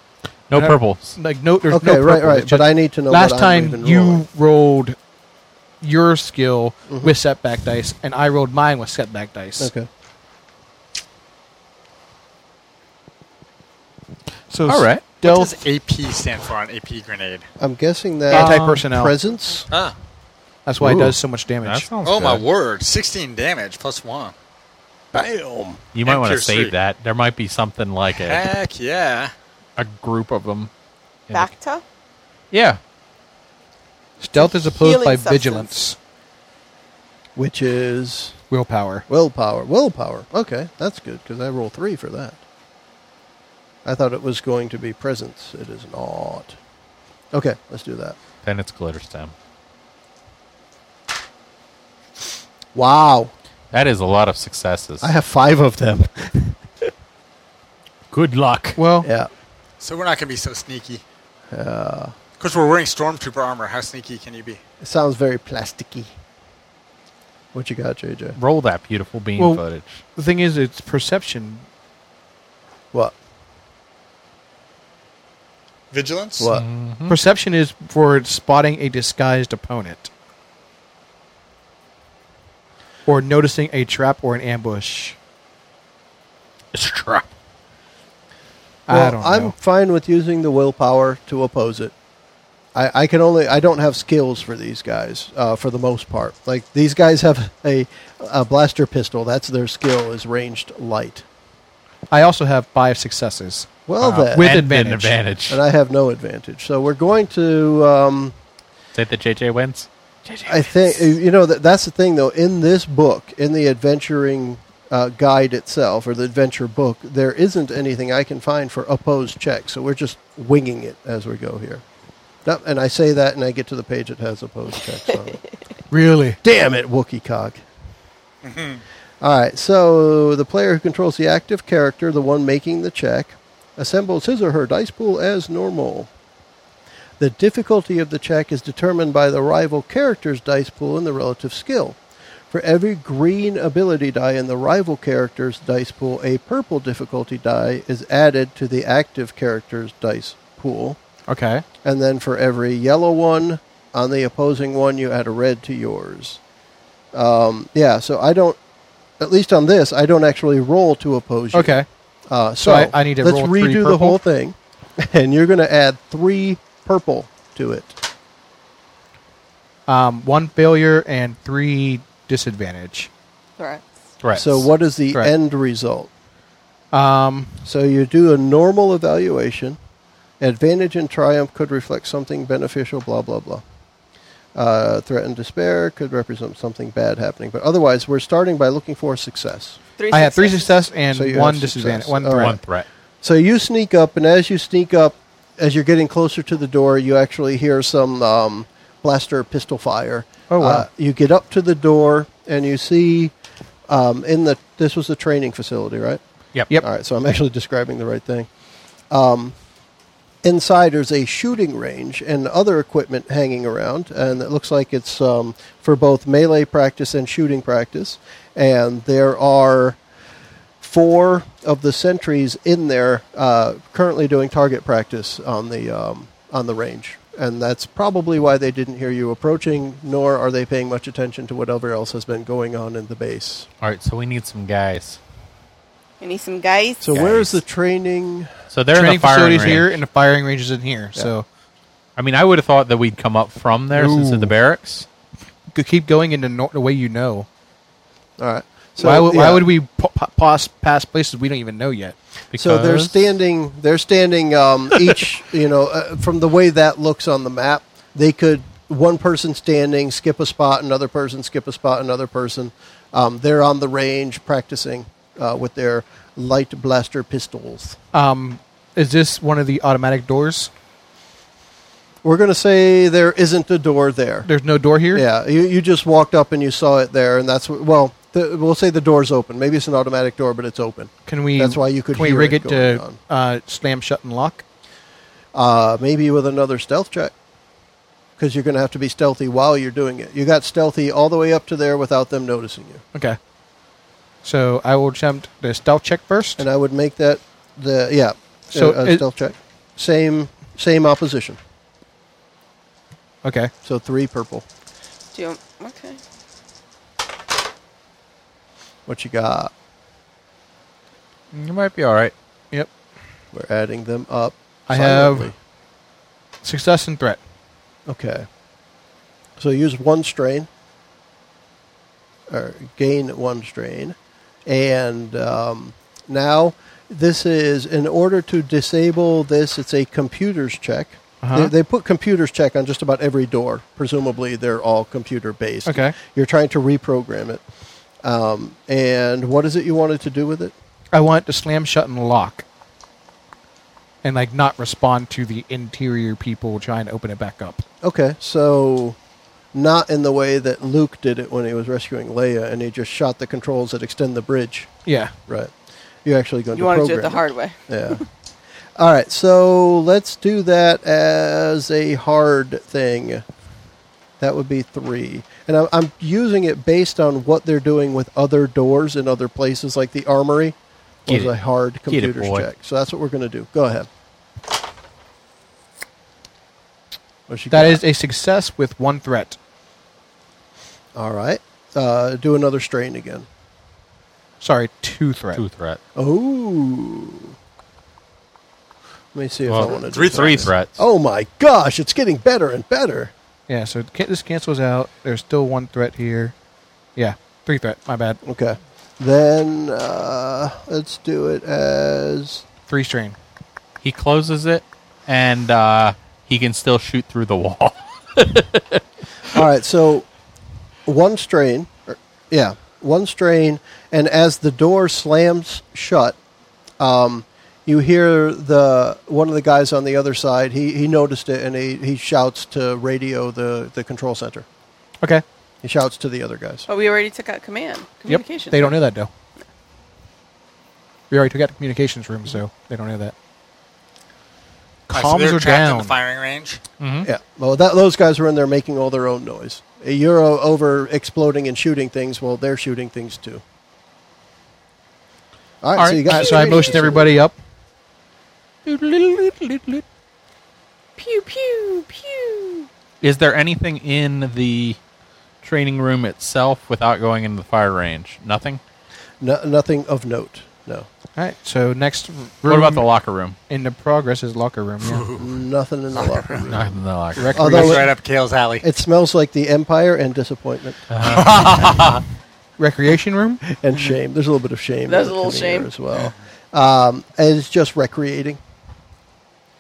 Speaker 5: No
Speaker 2: Uh,
Speaker 5: purples.
Speaker 2: Like no, there's
Speaker 1: okay,
Speaker 2: no
Speaker 1: right,
Speaker 2: purple.
Speaker 1: right.
Speaker 2: It's
Speaker 1: But
Speaker 2: just-
Speaker 1: I need to know.
Speaker 2: last
Speaker 1: what I'm
Speaker 2: time
Speaker 1: even
Speaker 2: you
Speaker 1: rolling.
Speaker 2: rolled your skill
Speaker 1: Mhm.
Speaker 2: with setback dice, and I rolled mine with setback dice.
Speaker 1: Okay.
Speaker 2: So
Speaker 5: All right.
Speaker 6: What
Speaker 2: stealth
Speaker 6: does AP stand for on AP grenade?
Speaker 1: I'm guessing that
Speaker 2: anti-personnel.
Speaker 1: presence.
Speaker 6: Ah.
Speaker 2: That's why
Speaker 5: Ooh.
Speaker 2: it does so much
Speaker 5: That
Speaker 2: damage.
Speaker 5: sounds
Speaker 6: Oh my
Speaker 5: good.
Speaker 6: word! Sixteen damage plus one.
Speaker 1: Bam.
Speaker 5: You might
Speaker 6: And
Speaker 5: want to
Speaker 6: tier
Speaker 5: save
Speaker 6: three.
Speaker 5: that. There might be something like a,
Speaker 6: Heck yeah!
Speaker 5: a group of them.
Speaker 4: Bacta?
Speaker 5: Yeah.
Speaker 2: Stealth is opposed
Speaker 4: Healing
Speaker 2: by
Speaker 4: substance.
Speaker 2: vigilance,
Speaker 1: Which is
Speaker 2: willpower.
Speaker 1: willpower. Willpower. Okay, that's good because I roll three for that. I thought it was going to be presence. It is not. Okay, let's do that.
Speaker 5: Then it's glitter stem.
Speaker 1: Wow,
Speaker 5: That is a lot of successes.
Speaker 1: I have five of them.
Speaker 5: Good luck.
Speaker 2: Well,
Speaker 1: yeah.
Speaker 6: So we're not gonna be so sneaky. Of course, we're wearing stormtrooper armor. How sneaky can you be?
Speaker 1: It sounds very plasticky. What you got, JJ?
Speaker 5: Roll that beautiful bean
Speaker 2: Well-
Speaker 5: footage.
Speaker 2: the thing is, it's perception.
Speaker 1: What?
Speaker 6: Vigilance.
Speaker 1: What?
Speaker 2: mm-hmm. Perception is for spotting a disguised opponent or noticing a trap or an ambush.
Speaker 5: It's trap.
Speaker 2: I
Speaker 1: Well,
Speaker 2: don't
Speaker 1: I'm
Speaker 2: know.
Speaker 1: fine with using the willpower to oppose it. I, I can only I don't have skills for these guys uh, for the most part. Like these guys have a, a blaster pistol. That's their skill is ranged light.
Speaker 2: I also have five successes. Uh,
Speaker 1: Well then,
Speaker 2: with
Speaker 5: and
Speaker 2: advantage.
Speaker 5: An advantage.
Speaker 1: and I have no advantage. So we're going to. Um,
Speaker 5: Say that JJ wins.
Speaker 1: I think you know that that's the thing though. In this book, in the adventuring uh, guide itself or the adventure book, there isn't anything I can find for opposed checks. So we're just winging it as we go here. That- and I say that, and I get to the page that has opposed checks on it.
Speaker 2: Really?
Speaker 1: Damn it, Wookie cock. All right, so the player who controls the active character, the one making the check, assembles his or her dice pool as normal. The difficulty of the check is determined by the rival character's dice pool and the relative skill. For every green ability die in the rival character's dice pool, a purple difficulty die is added to the active character's dice pool.
Speaker 2: Okay.
Speaker 1: And then for every yellow one on the opposing one, you add a red to yours. Um, yeah, so I don't, at least on this, I don't actually roll to oppose you.
Speaker 2: Okay.
Speaker 1: Uh, so
Speaker 2: So I- I need to
Speaker 1: let's
Speaker 2: roll three
Speaker 1: redo the
Speaker 2: purple?
Speaker 1: whole thing, and you're going to add three purple to it.
Speaker 2: Um, one failure and three disadvantage.
Speaker 4: Threats.
Speaker 5: Right.
Speaker 1: So what is the
Speaker 2: Right.
Speaker 1: end result?
Speaker 2: Um,
Speaker 1: So you do a normal evaluation. Advantage and triumph could reflect something beneficial, blah, blah, blah. Uh, threat and despair could represent something bad happening. But otherwise, we're starting by looking for success.
Speaker 4: Three
Speaker 2: I have three
Speaker 4: successes.
Speaker 2: success and
Speaker 1: So you
Speaker 2: one
Speaker 1: have success.
Speaker 2: disadvantage. One
Speaker 1: All
Speaker 2: threat.
Speaker 1: right.
Speaker 5: One threat.
Speaker 1: So you sneak up, and as you sneak up, as you're getting closer to the door, you actually hear some um, blaster pistol fire. Uh,
Speaker 2: Oh, wow.
Speaker 1: you get up to the door, and you see um, in the this was the training facility, right?
Speaker 5: Yep.
Speaker 2: Yep.
Speaker 1: All right, so I'm actually describing the right thing. Um, inside, there's a shooting range and other equipment hanging around, and it looks like it's um, for both melee practice and shooting practice. And there are four of the sentries in there uh, currently doing target practice on the um, on the range, and that's probably why they didn't hear you approaching, nor are they paying much attention to whatever else has been going on in the base.
Speaker 5: All right. So we need some guys.
Speaker 4: I need some guys.
Speaker 1: So,
Speaker 5: Guys.
Speaker 1: where is the training?
Speaker 5: So they're in
Speaker 2: Training
Speaker 5: the firing
Speaker 2: facilities
Speaker 5: range.
Speaker 2: here and the firing range is in here. So
Speaker 5: I mean, I would have thought that we'd come up from there since it's the
Speaker 2: Ooh.
Speaker 5: barracks.
Speaker 2: you could keep going in the, nor- the way you know.
Speaker 1: All right. So
Speaker 2: why, would, why
Speaker 1: yeah.
Speaker 2: would we pa- pa- pass, pass places we don't even know yet?
Speaker 5: Because
Speaker 1: So they're standing. They're standing. Um, each, you know, uh, from the way that looks on the map, they could one person standing, skip a spot, another person skip a spot, another person. Um, they're on the range practicing uh, with their light blaster pistols.
Speaker 2: Um, is this one of the automatic doors?
Speaker 1: We're gonna say there isn't a door there.
Speaker 2: There's no door here?
Speaker 1: Yeah, you, you just walked up and you saw it there, and that's what, well. The, we'll say the door's open. Maybe it's an automatic door, but it's open.
Speaker 2: Can we?
Speaker 1: That's why you could
Speaker 2: Can we
Speaker 1: hear
Speaker 2: rig
Speaker 1: it
Speaker 2: it,
Speaker 1: going
Speaker 2: to uh, slam shut and lock?
Speaker 1: Uh, maybe with another stealth check. Because you're going to have to be stealthy while you're doing it. You got stealthy all the way up to there without them noticing you.
Speaker 2: Okay. So I will attempt the stealth check first.
Speaker 1: And I would make that the yeah.
Speaker 2: So
Speaker 1: a, a
Speaker 2: it-
Speaker 1: stealth check. Same same opposition.
Speaker 2: okay.
Speaker 1: So three purple.
Speaker 4: Do you, okay.
Speaker 1: What you got?
Speaker 5: You might be all right.
Speaker 2: Yep.
Speaker 1: We're adding them up.
Speaker 2: I have-
Speaker 1: silently.
Speaker 2: Success and threat.
Speaker 1: Okay. So use one strain, or gain one strain, and um, now this is in order to disable this. It's a computers check.
Speaker 2: Uh-huh.
Speaker 1: They, they put computers check on just about every door. Presumably, they're all computer based.
Speaker 2: Okay.
Speaker 1: You're trying to reprogram it. Um, and what is it you wanted to do with it?
Speaker 2: I want to slam shut and lock, and like not respond to the interior people trying to open it back up.
Speaker 1: Okay, so not in the way that Luke did it when he was rescuing Leia, and he just shot the controls that extend the bridge.
Speaker 2: Yeah.
Speaker 1: Right. You're actually going
Speaker 4: You
Speaker 1: to
Speaker 4: want to
Speaker 1: program
Speaker 4: do it the hard way.
Speaker 1: Yeah. All right, so let's do that as a hard thing. That would be three, and I'm, I'm using it based on what they're doing with other doors in other places, like the armory
Speaker 5: Get
Speaker 1: was
Speaker 5: it.
Speaker 1: a hard
Speaker 5: Get it,
Speaker 1: computers
Speaker 5: boy.
Speaker 1: check. So that's what we're going to do. Go ahead. What you
Speaker 2: That
Speaker 1: got?
Speaker 2: is a success with one threat.
Speaker 1: all right. Uh, do another strain again.
Speaker 2: Sorry, two threat.
Speaker 5: Two threat.
Speaker 1: Oh, Let me see if I want to
Speaker 5: three, three threats.
Speaker 1: Oh my gosh, it's getting better and better.
Speaker 2: Yeah, so ca- this cancels out. There's still one threat here. Yeah, three threat. My bad.
Speaker 1: Okay. Then uh, let's do it as
Speaker 2: Three strain.
Speaker 5: He closes it, and uh, he can still shoot through the wall.
Speaker 1: All right, so one strain, er, yeah, one strain, and as the door slams shut, um, you hear the one of the guys on the other side. He he noticed it and he, he shouts to radio the the control center.
Speaker 2: Okay.
Speaker 1: He shouts to the other guys.
Speaker 4: But we already took out command
Speaker 2: Yep.
Speaker 4: communication.
Speaker 2: They don't know that though. We already took out the communications room, so they don't know that.
Speaker 6: All right, so
Speaker 2: Comms
Speaker 6: they're
Speaker 2: are
Speaker 6: trapped in
Speaker 2: down.
Speaker 6: the firing range.
Speaker 1: Yeah, well, that, those guys were in there making all their own noise. You're o- over exploding and shooting things. Well, they're shooting things too. All right,
Speaker 5: All
Speaker 1: so
Speaker 5: right,
Speaker 1: you got
Speaker 2: uh, So I motioned everybody up.
Speaker 4: Pew pew pew.
Speaker 5: Is there anything in the training room itself without going into the fire range? Nothing.
Speaker 1: No, nothing of note. No,
Speaker 2: All right. So next room
Speaker 5: What about the locker room?
Speaker 2: in the progress is locker room. Yeah.
Speaker 1: nothing in the locker room.
Speaker 5: Nothing in the locker room.
Speaker 2: Recre-
Speaker 1: Although-
Speaker 6: That's
Speaker 1: it-
Speaker 6: right up Kale's alley.
Speaker 1: It smells like the Empire and disappointment
Speaker 2: recreation room.
Speaker 1: and shame. There's a little bit of shame.
Speaker 4: There's
Speaker 1: in
Speaker 4: a little
Speaker 1: the air
Speaker 4: shame.
Speaker 1: as well. Um, and it's just recreating.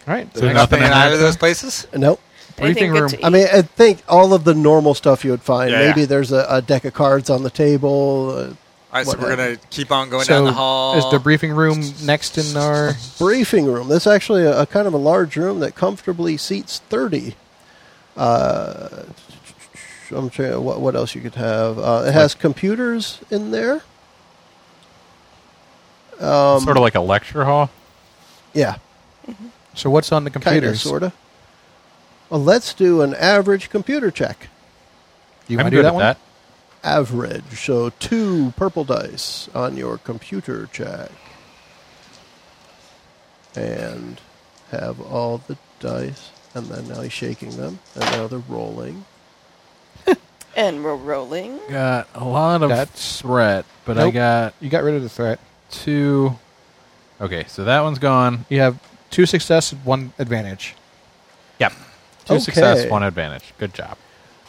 Speaker 2: All right.
Speaker 5: So
Speaker 6: Nothing,
Speaker 5: nothing
Speaker 6: in
Speaker 5: in
Speaker 6: either
Speaker 5: it.
Speaker 6: of those places.
Speaker 1: No,
Speaker 2: Briefing
Speaker 4: Anything good
Speaker 2: room.
Speaker 4: to eat?
Speaker 1: I mean, I think all of the normal stuff you would find.
Speaker 6: Yeah,
Speaker 1: Maybe
Speaker 6: yeah.
Speaker 1: there's a, a deck of cards on the table. Uh,
Speaker 6: All right, so
Speaker 1: What
Speaker 6: we're
Speaker 1: happened?
Speaker 6: gonna keep on going
Speaker 2: so
Speaker 6: down the hall.
Speaker 2: is the briefing room next in our?
Speaker 1: briefing room. That's actually a, a kind of a large room that comfortably seats 30. Uh, I'm trying, what, what else you could have? Uh, it has computers in there. Um,
Speaker 5: sort of like a lecture hall.
Speaker 1: yeah,
Speaker 2: So what's on the
Speaker 1: kind of,
Speaker 2: computers?
Speaker 1: sort of. Well, Uh, let's do an average computer check.
Speaker 2: Do you
Speaker 5: I'm
Speaker 2: want to
Speaker 5: good
Speaker 2: do
Speaker 5: at
Speaker 2: that one?
Speaker 5: that.
Speaker 1: Average. So two purple dice on your computer check. And have all the dice. And then now he's shaking them. And now they're rolling.
Speaker 4: and we're rolling.
Speaker 7: Got a lot of
Speaker 2: That's-
Speaker 7: threat, but I
Speaker 2: Nope.
Speaker 7: got
Speaker 2: You got rid of the threat.
Speaker 7: two.
Speaker 5: Okay, so that one's gone.
Speaker 2: You have two success, one advantage.
Speaker 5: Yep. Two
Speaker 1: Okay.
Speaker 5: success, one advantage. Good job.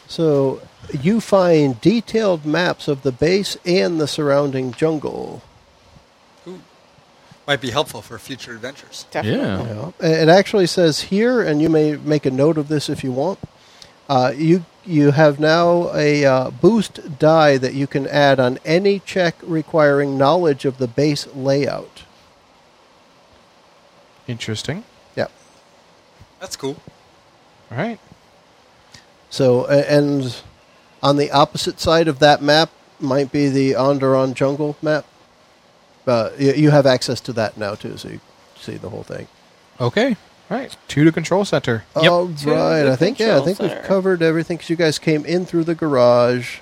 Speaker 1: So you find detailed maps of the base and the surrounding jungle.
Speaker 6: Might be helpful for future adventures.
Speaker 4: Definitely.
Speaker 7: Yeah.
Speaker 1: Yeah. It actually says here, and you may make a note of this if you want. Uh, you you have now a uh, boost die that you can add on any check requiring knowledge of the base layout.
Speaker 2: Interesting.
Speaker 1: Yep.
Speaker 6: That's cool.
Speaker 2: All right.
Speaker 1: So a- and on the opposite side of that map might be the Onderon jungle map. Uh, you, you have access to that now too, so you see the whole thing.
Speaker 5: Okay.
Speaker 2: All right. Two to control center.
Speaker 1: All
Speaker 5: Yep.
Speaker 1: right,
Speaker 4: To the
Speaker 1: I think yeah, I
Speaker 4: control
Speaker 1: think we've
Speaker 4: center.
Speaker 1: covered everything 'cause you guys came in through the garage.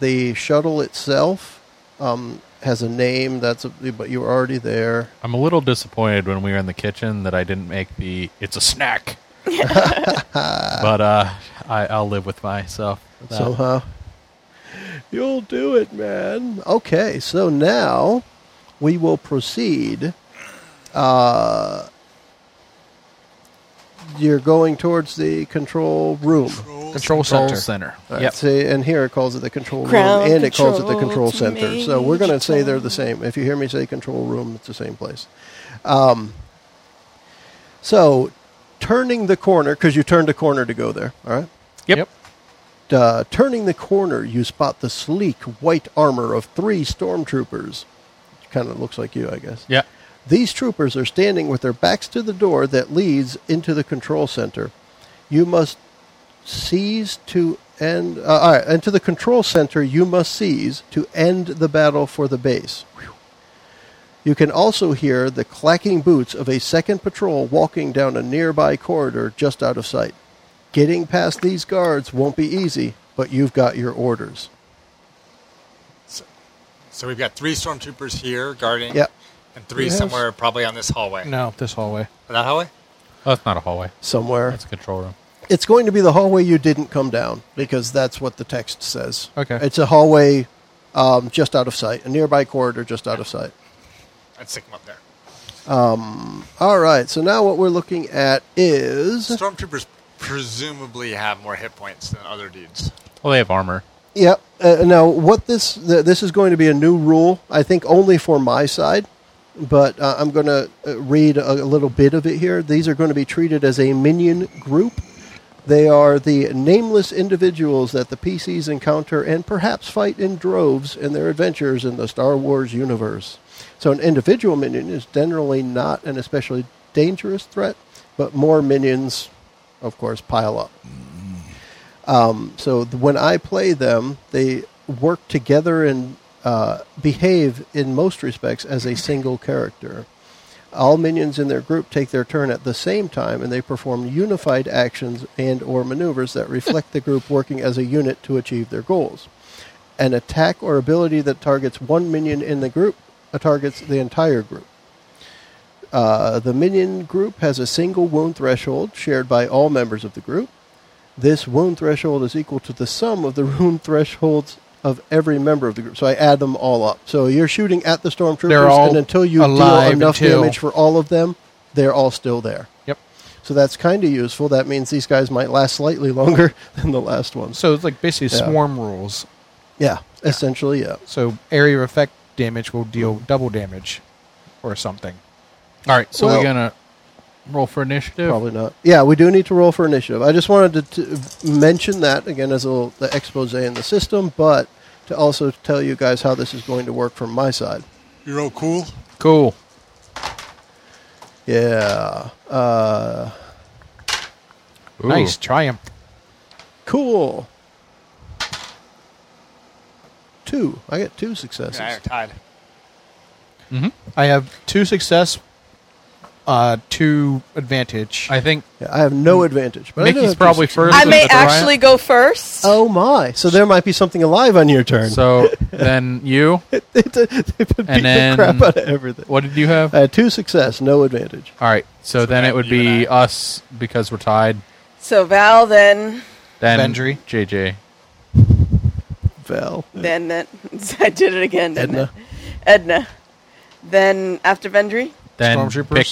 Speaker 1: The shuttle itself um, has a name. That's a, but you were already there.
Speaker 5: I'm a little disappointed when we were in the kitchen that I didn't make the it's a snack. but uh, I, I'll live with myself. with that.
Speaker 1: Somehow, you'll do it, man. Okay, so now we will proceed. Uh, you're going towards the control room.
Speaker 2: Control
Speaker 5: Soul
Speaker 2: center.
Speaker 5: center.
Speaker 1: All right,
Speaker 5: Yep.
Speaker 1: See, and here it calls it the control
Speaker 4: Ground
Speaker 1: room, and it calls it the control
Speaker 4: control to
Speaker 1: center. So we're going to say they're the
Speaker 4: major.
Speaker 1: same. If you hear me say control room, it's the same place. Um, so turning the corner, because you turned a corner to go there, all right?
Speaker 5: Yep.
Speaker 1: Uh, turning the corner, you spot the sleek white armor of three stormtroopers. Kind of looks like you, I guess.
Speaker 5: Yeah.
Speaker 1: These troopers are standing with their backs to the door that leads into the control center. You must seize to end. Uh, all right, and to the control center, you must seize to end the battle for the base. Whew. You can also hear the clacking boots of a second patrol walking down a nearby corridor just out of sight. Getting past these guards won't be easy, but you've got your orders.
Speaker 6: So we've got three stormtroopers here guarding.
Speaker 1: Yep.
Speaker 6: And three
Speaker 1: We have-
Speaker 6: somewhere probably on this hallway.
Speaker 2: No, this hallway.
Speaker 6: That hallway?
Speaker 5: Oh, that's not a hallway.
Speaker 1: Somewhere.
Speaker 5: That's a control room.
Speaker 1: it's going to be the hallway you didn't come down because that's what the text says.
Speaker 2: Okay.
Speaker 1: It's a hallway um, just out of sight, a nearby corridor just out of sight.
Speaker 6: I'd stick them up there.
Speaker 1: All right. So now what we're looking at is
Speaker 6: Stormtroopers presumably have more hit points than other dudes.
Speaker 5: Well, they have armor.
Speaker 1: Yep. Uh, now, what this th- this is going to be a new rule, I think, only for my side. But uh, I'm going to uh, read a, a little bit of it here. These are going to be treated as a minion group. They are the nameless individuals that the PCs encounter and perhaps fight in droves in their adventures in the Star Wars universe. So, an individual minion is generally not an especially dangerous threat, but more minions, of course, pile up. Um, So th- when I play them, they work together and uh, behave in most respects as a single character. All minions in their group take their turn at the same time, and they perform unified actions and/or maneuvers that reflect the group working as a unit to achieve their goals. An attack or ability that targets one minion in the group uh, targets the entire group. Uh, the minion group has a single wound threshold shared by all members of the group. This wound threshold is equal to the sum of the wound thresholds of every member of the group. So I add them all up. So you're shooting at the
Speaker 5: They're
Speaker 1: stormtroopers,
Speaker 5: all
Speaker 1: and until you deal
Speaker 5: alive
Speaker 1: enough
Speaker 5: until-
Speaker 1: damage for all of them, they're all still there.
Speaker 5: Yep.
Speaker 1: So that's kind of useful. That means these guys might last slightly longer than the last ones.
Speaker 2: So it's like basically
Speaker 1: Yeah.
Speaker 2: swarm rules.
Speaker 1: Yeah, essentially, yeah.
Speaker 2: So area of effect damage will deal double damage or something.
Speaker 5: All right,
Speaker 7: So
Speaker 5: so
Speaker 1: Well-
Speaker 7: we're gonna roll for initiative.
Speaker 1: Probably not. Yeah, we do need to roll for initiative. I just wanted to, to mention that again as a little the expose in the system, but to also tell you guys how this is going to work from my side.
Speaker 6: You're all cool.
Speaker 5: cool.
Speaker 1: Yeah. Uh,
Speaker 5: Ooh.
Speaker 2: Nice triumph.
Speaker 1: cool. Two. I got two successes.
Speaker 6: Yeah, you're tied.
Speaker 2: I have two success, uh, two advantage.
Speaker 5: I think
Speaker 1: Yeah, I have no advantage. But I do
Speaker 5: Mickey's
Speaker 1: have two
Speaker 5: probably
Speaker 1: successes.
Speaker 5: first.
Speaker 4: I may
Speaker 5: with the riot.
Speaker 4: actually go first.
Speaker 1: Oh my! So there might be something alive on your turn.
Speaker 5: So then you,
Speaker 1: they they beat the
Speaker 5: then-
Speaker 1: crap out of everything.
Speaker 5: what did you have?
Speaker 1: I had two success, no advantage.
Speaker 5: All right, so then it would
Speaker 6: you and
Speaker 5: be us because we're tied.
Speaker 4: So Val, then,
Speaker 5: Then
Speaker 2: Vendry.
Speaker 5: JJ.
Speaker 1: Val.
Speaker 4: then, then. I did it again, didn't
Speaker 1: Edna.
Speaker 4: I? Edna. Then after Vendry.
Speaker 5: Then
Speaker 2: Stormtroopers?
Speaker 5: Pick,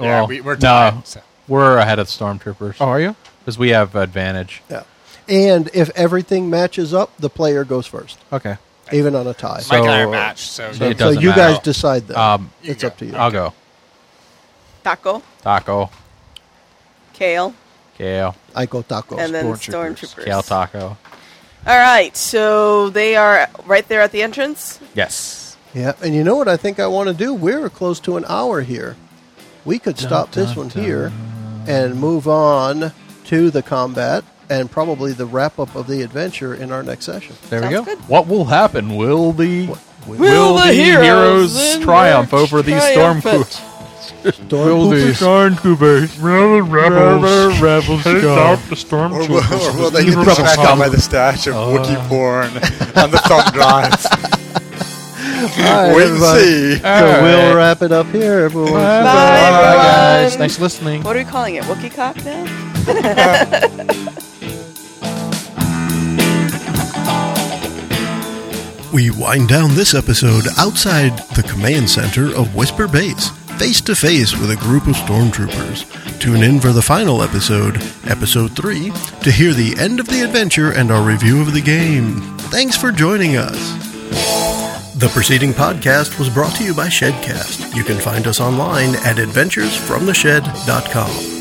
Speaker 6: yeah,
Speaker 5: well,
Speaker 6: we, we're
Speaker 5: no,
Speaker 6: tied. so.
Speaker 5: we're ahead of stormtroopers
Speaker 2: oh, are you?
Speaker 5: because we have advantage.
Speaker 1: Yeah. And if everything matches up, the player goes first,
Speaker 2: Okay.
Speaker 1: even on a tie.
Speaker 6: Mike and I are
Speaker 5: So-
Speaker 6: matched, so,
Speaker 5: so- It
Speaker 1: so
Speaker 5: doesn't
Speaker 1: you
Speaker 5: matter.
Speaker 1: guys decide that.
Speaker 5: Um,
Speaker 6: You
Speaker 1: it's
Speaker 6: go.
Speaker 1: up to you.
Speaker 5: I'll go.
Speaker 4: Taco,
Speaker 5: Taco,
Speaker 4: Kale,
Speaker 5: Kale,
Speaker 1: I go tacos.
Speaker 4: and then
Speaker 2: Stormtroopers.
Speaker 4: Stormtroopers.
Speaker 5: Kale Taco.
Speaker 4: All right, so they are right there at the entrance.
Speaker 5: Yes.
Speaker 1: yeah. And you know what I think I want to do? We're close to an hour here. We could stop this one here and move on to the combat and probably the wrap up of the adventure in our next session.
Speaker 5: There we
Speaker 4: Sounds
Speaker 5: go.
Speaker 4: good.
Speaker 5: What will happen? Will the
Speaker 1: Will
Speaker 4: the heroes in
Speaker 5: triumph
Speaker 4: their
Speaker 5: over these
Speaker 4: triumphant-
Speaker 5: stormtroopers?
Speaker 6: Or will, or will they get smacked out by the stash of
Speaker 5: Oh.
Speaker 6: Wookiee porn on the thumb drive?
Speaker 1: All right,
Speaker 6: Wait and
Speaker 1: everybody.
Speaker 6: see.
Speaker 1: So we'll wrap it up here, everyone.
Speaker 4: Bye,
Speaker 2: guys.
Speaker 4: everyone.
Speaker 2: Thanks for listening.
Speaker 4: What are we calling it? Wookie cocktail?
Speaker 1: We wind down this episode outside the command center of Whisper Base, face to face with a group of stormtroopers. Tune in for the final episode, Episode 3, to hear the end of the adventure and our review of the game. Thanks for joining us. The preceding podcast was brought to you by Shedcast. You can find us online at adventuresfromtheshed.com.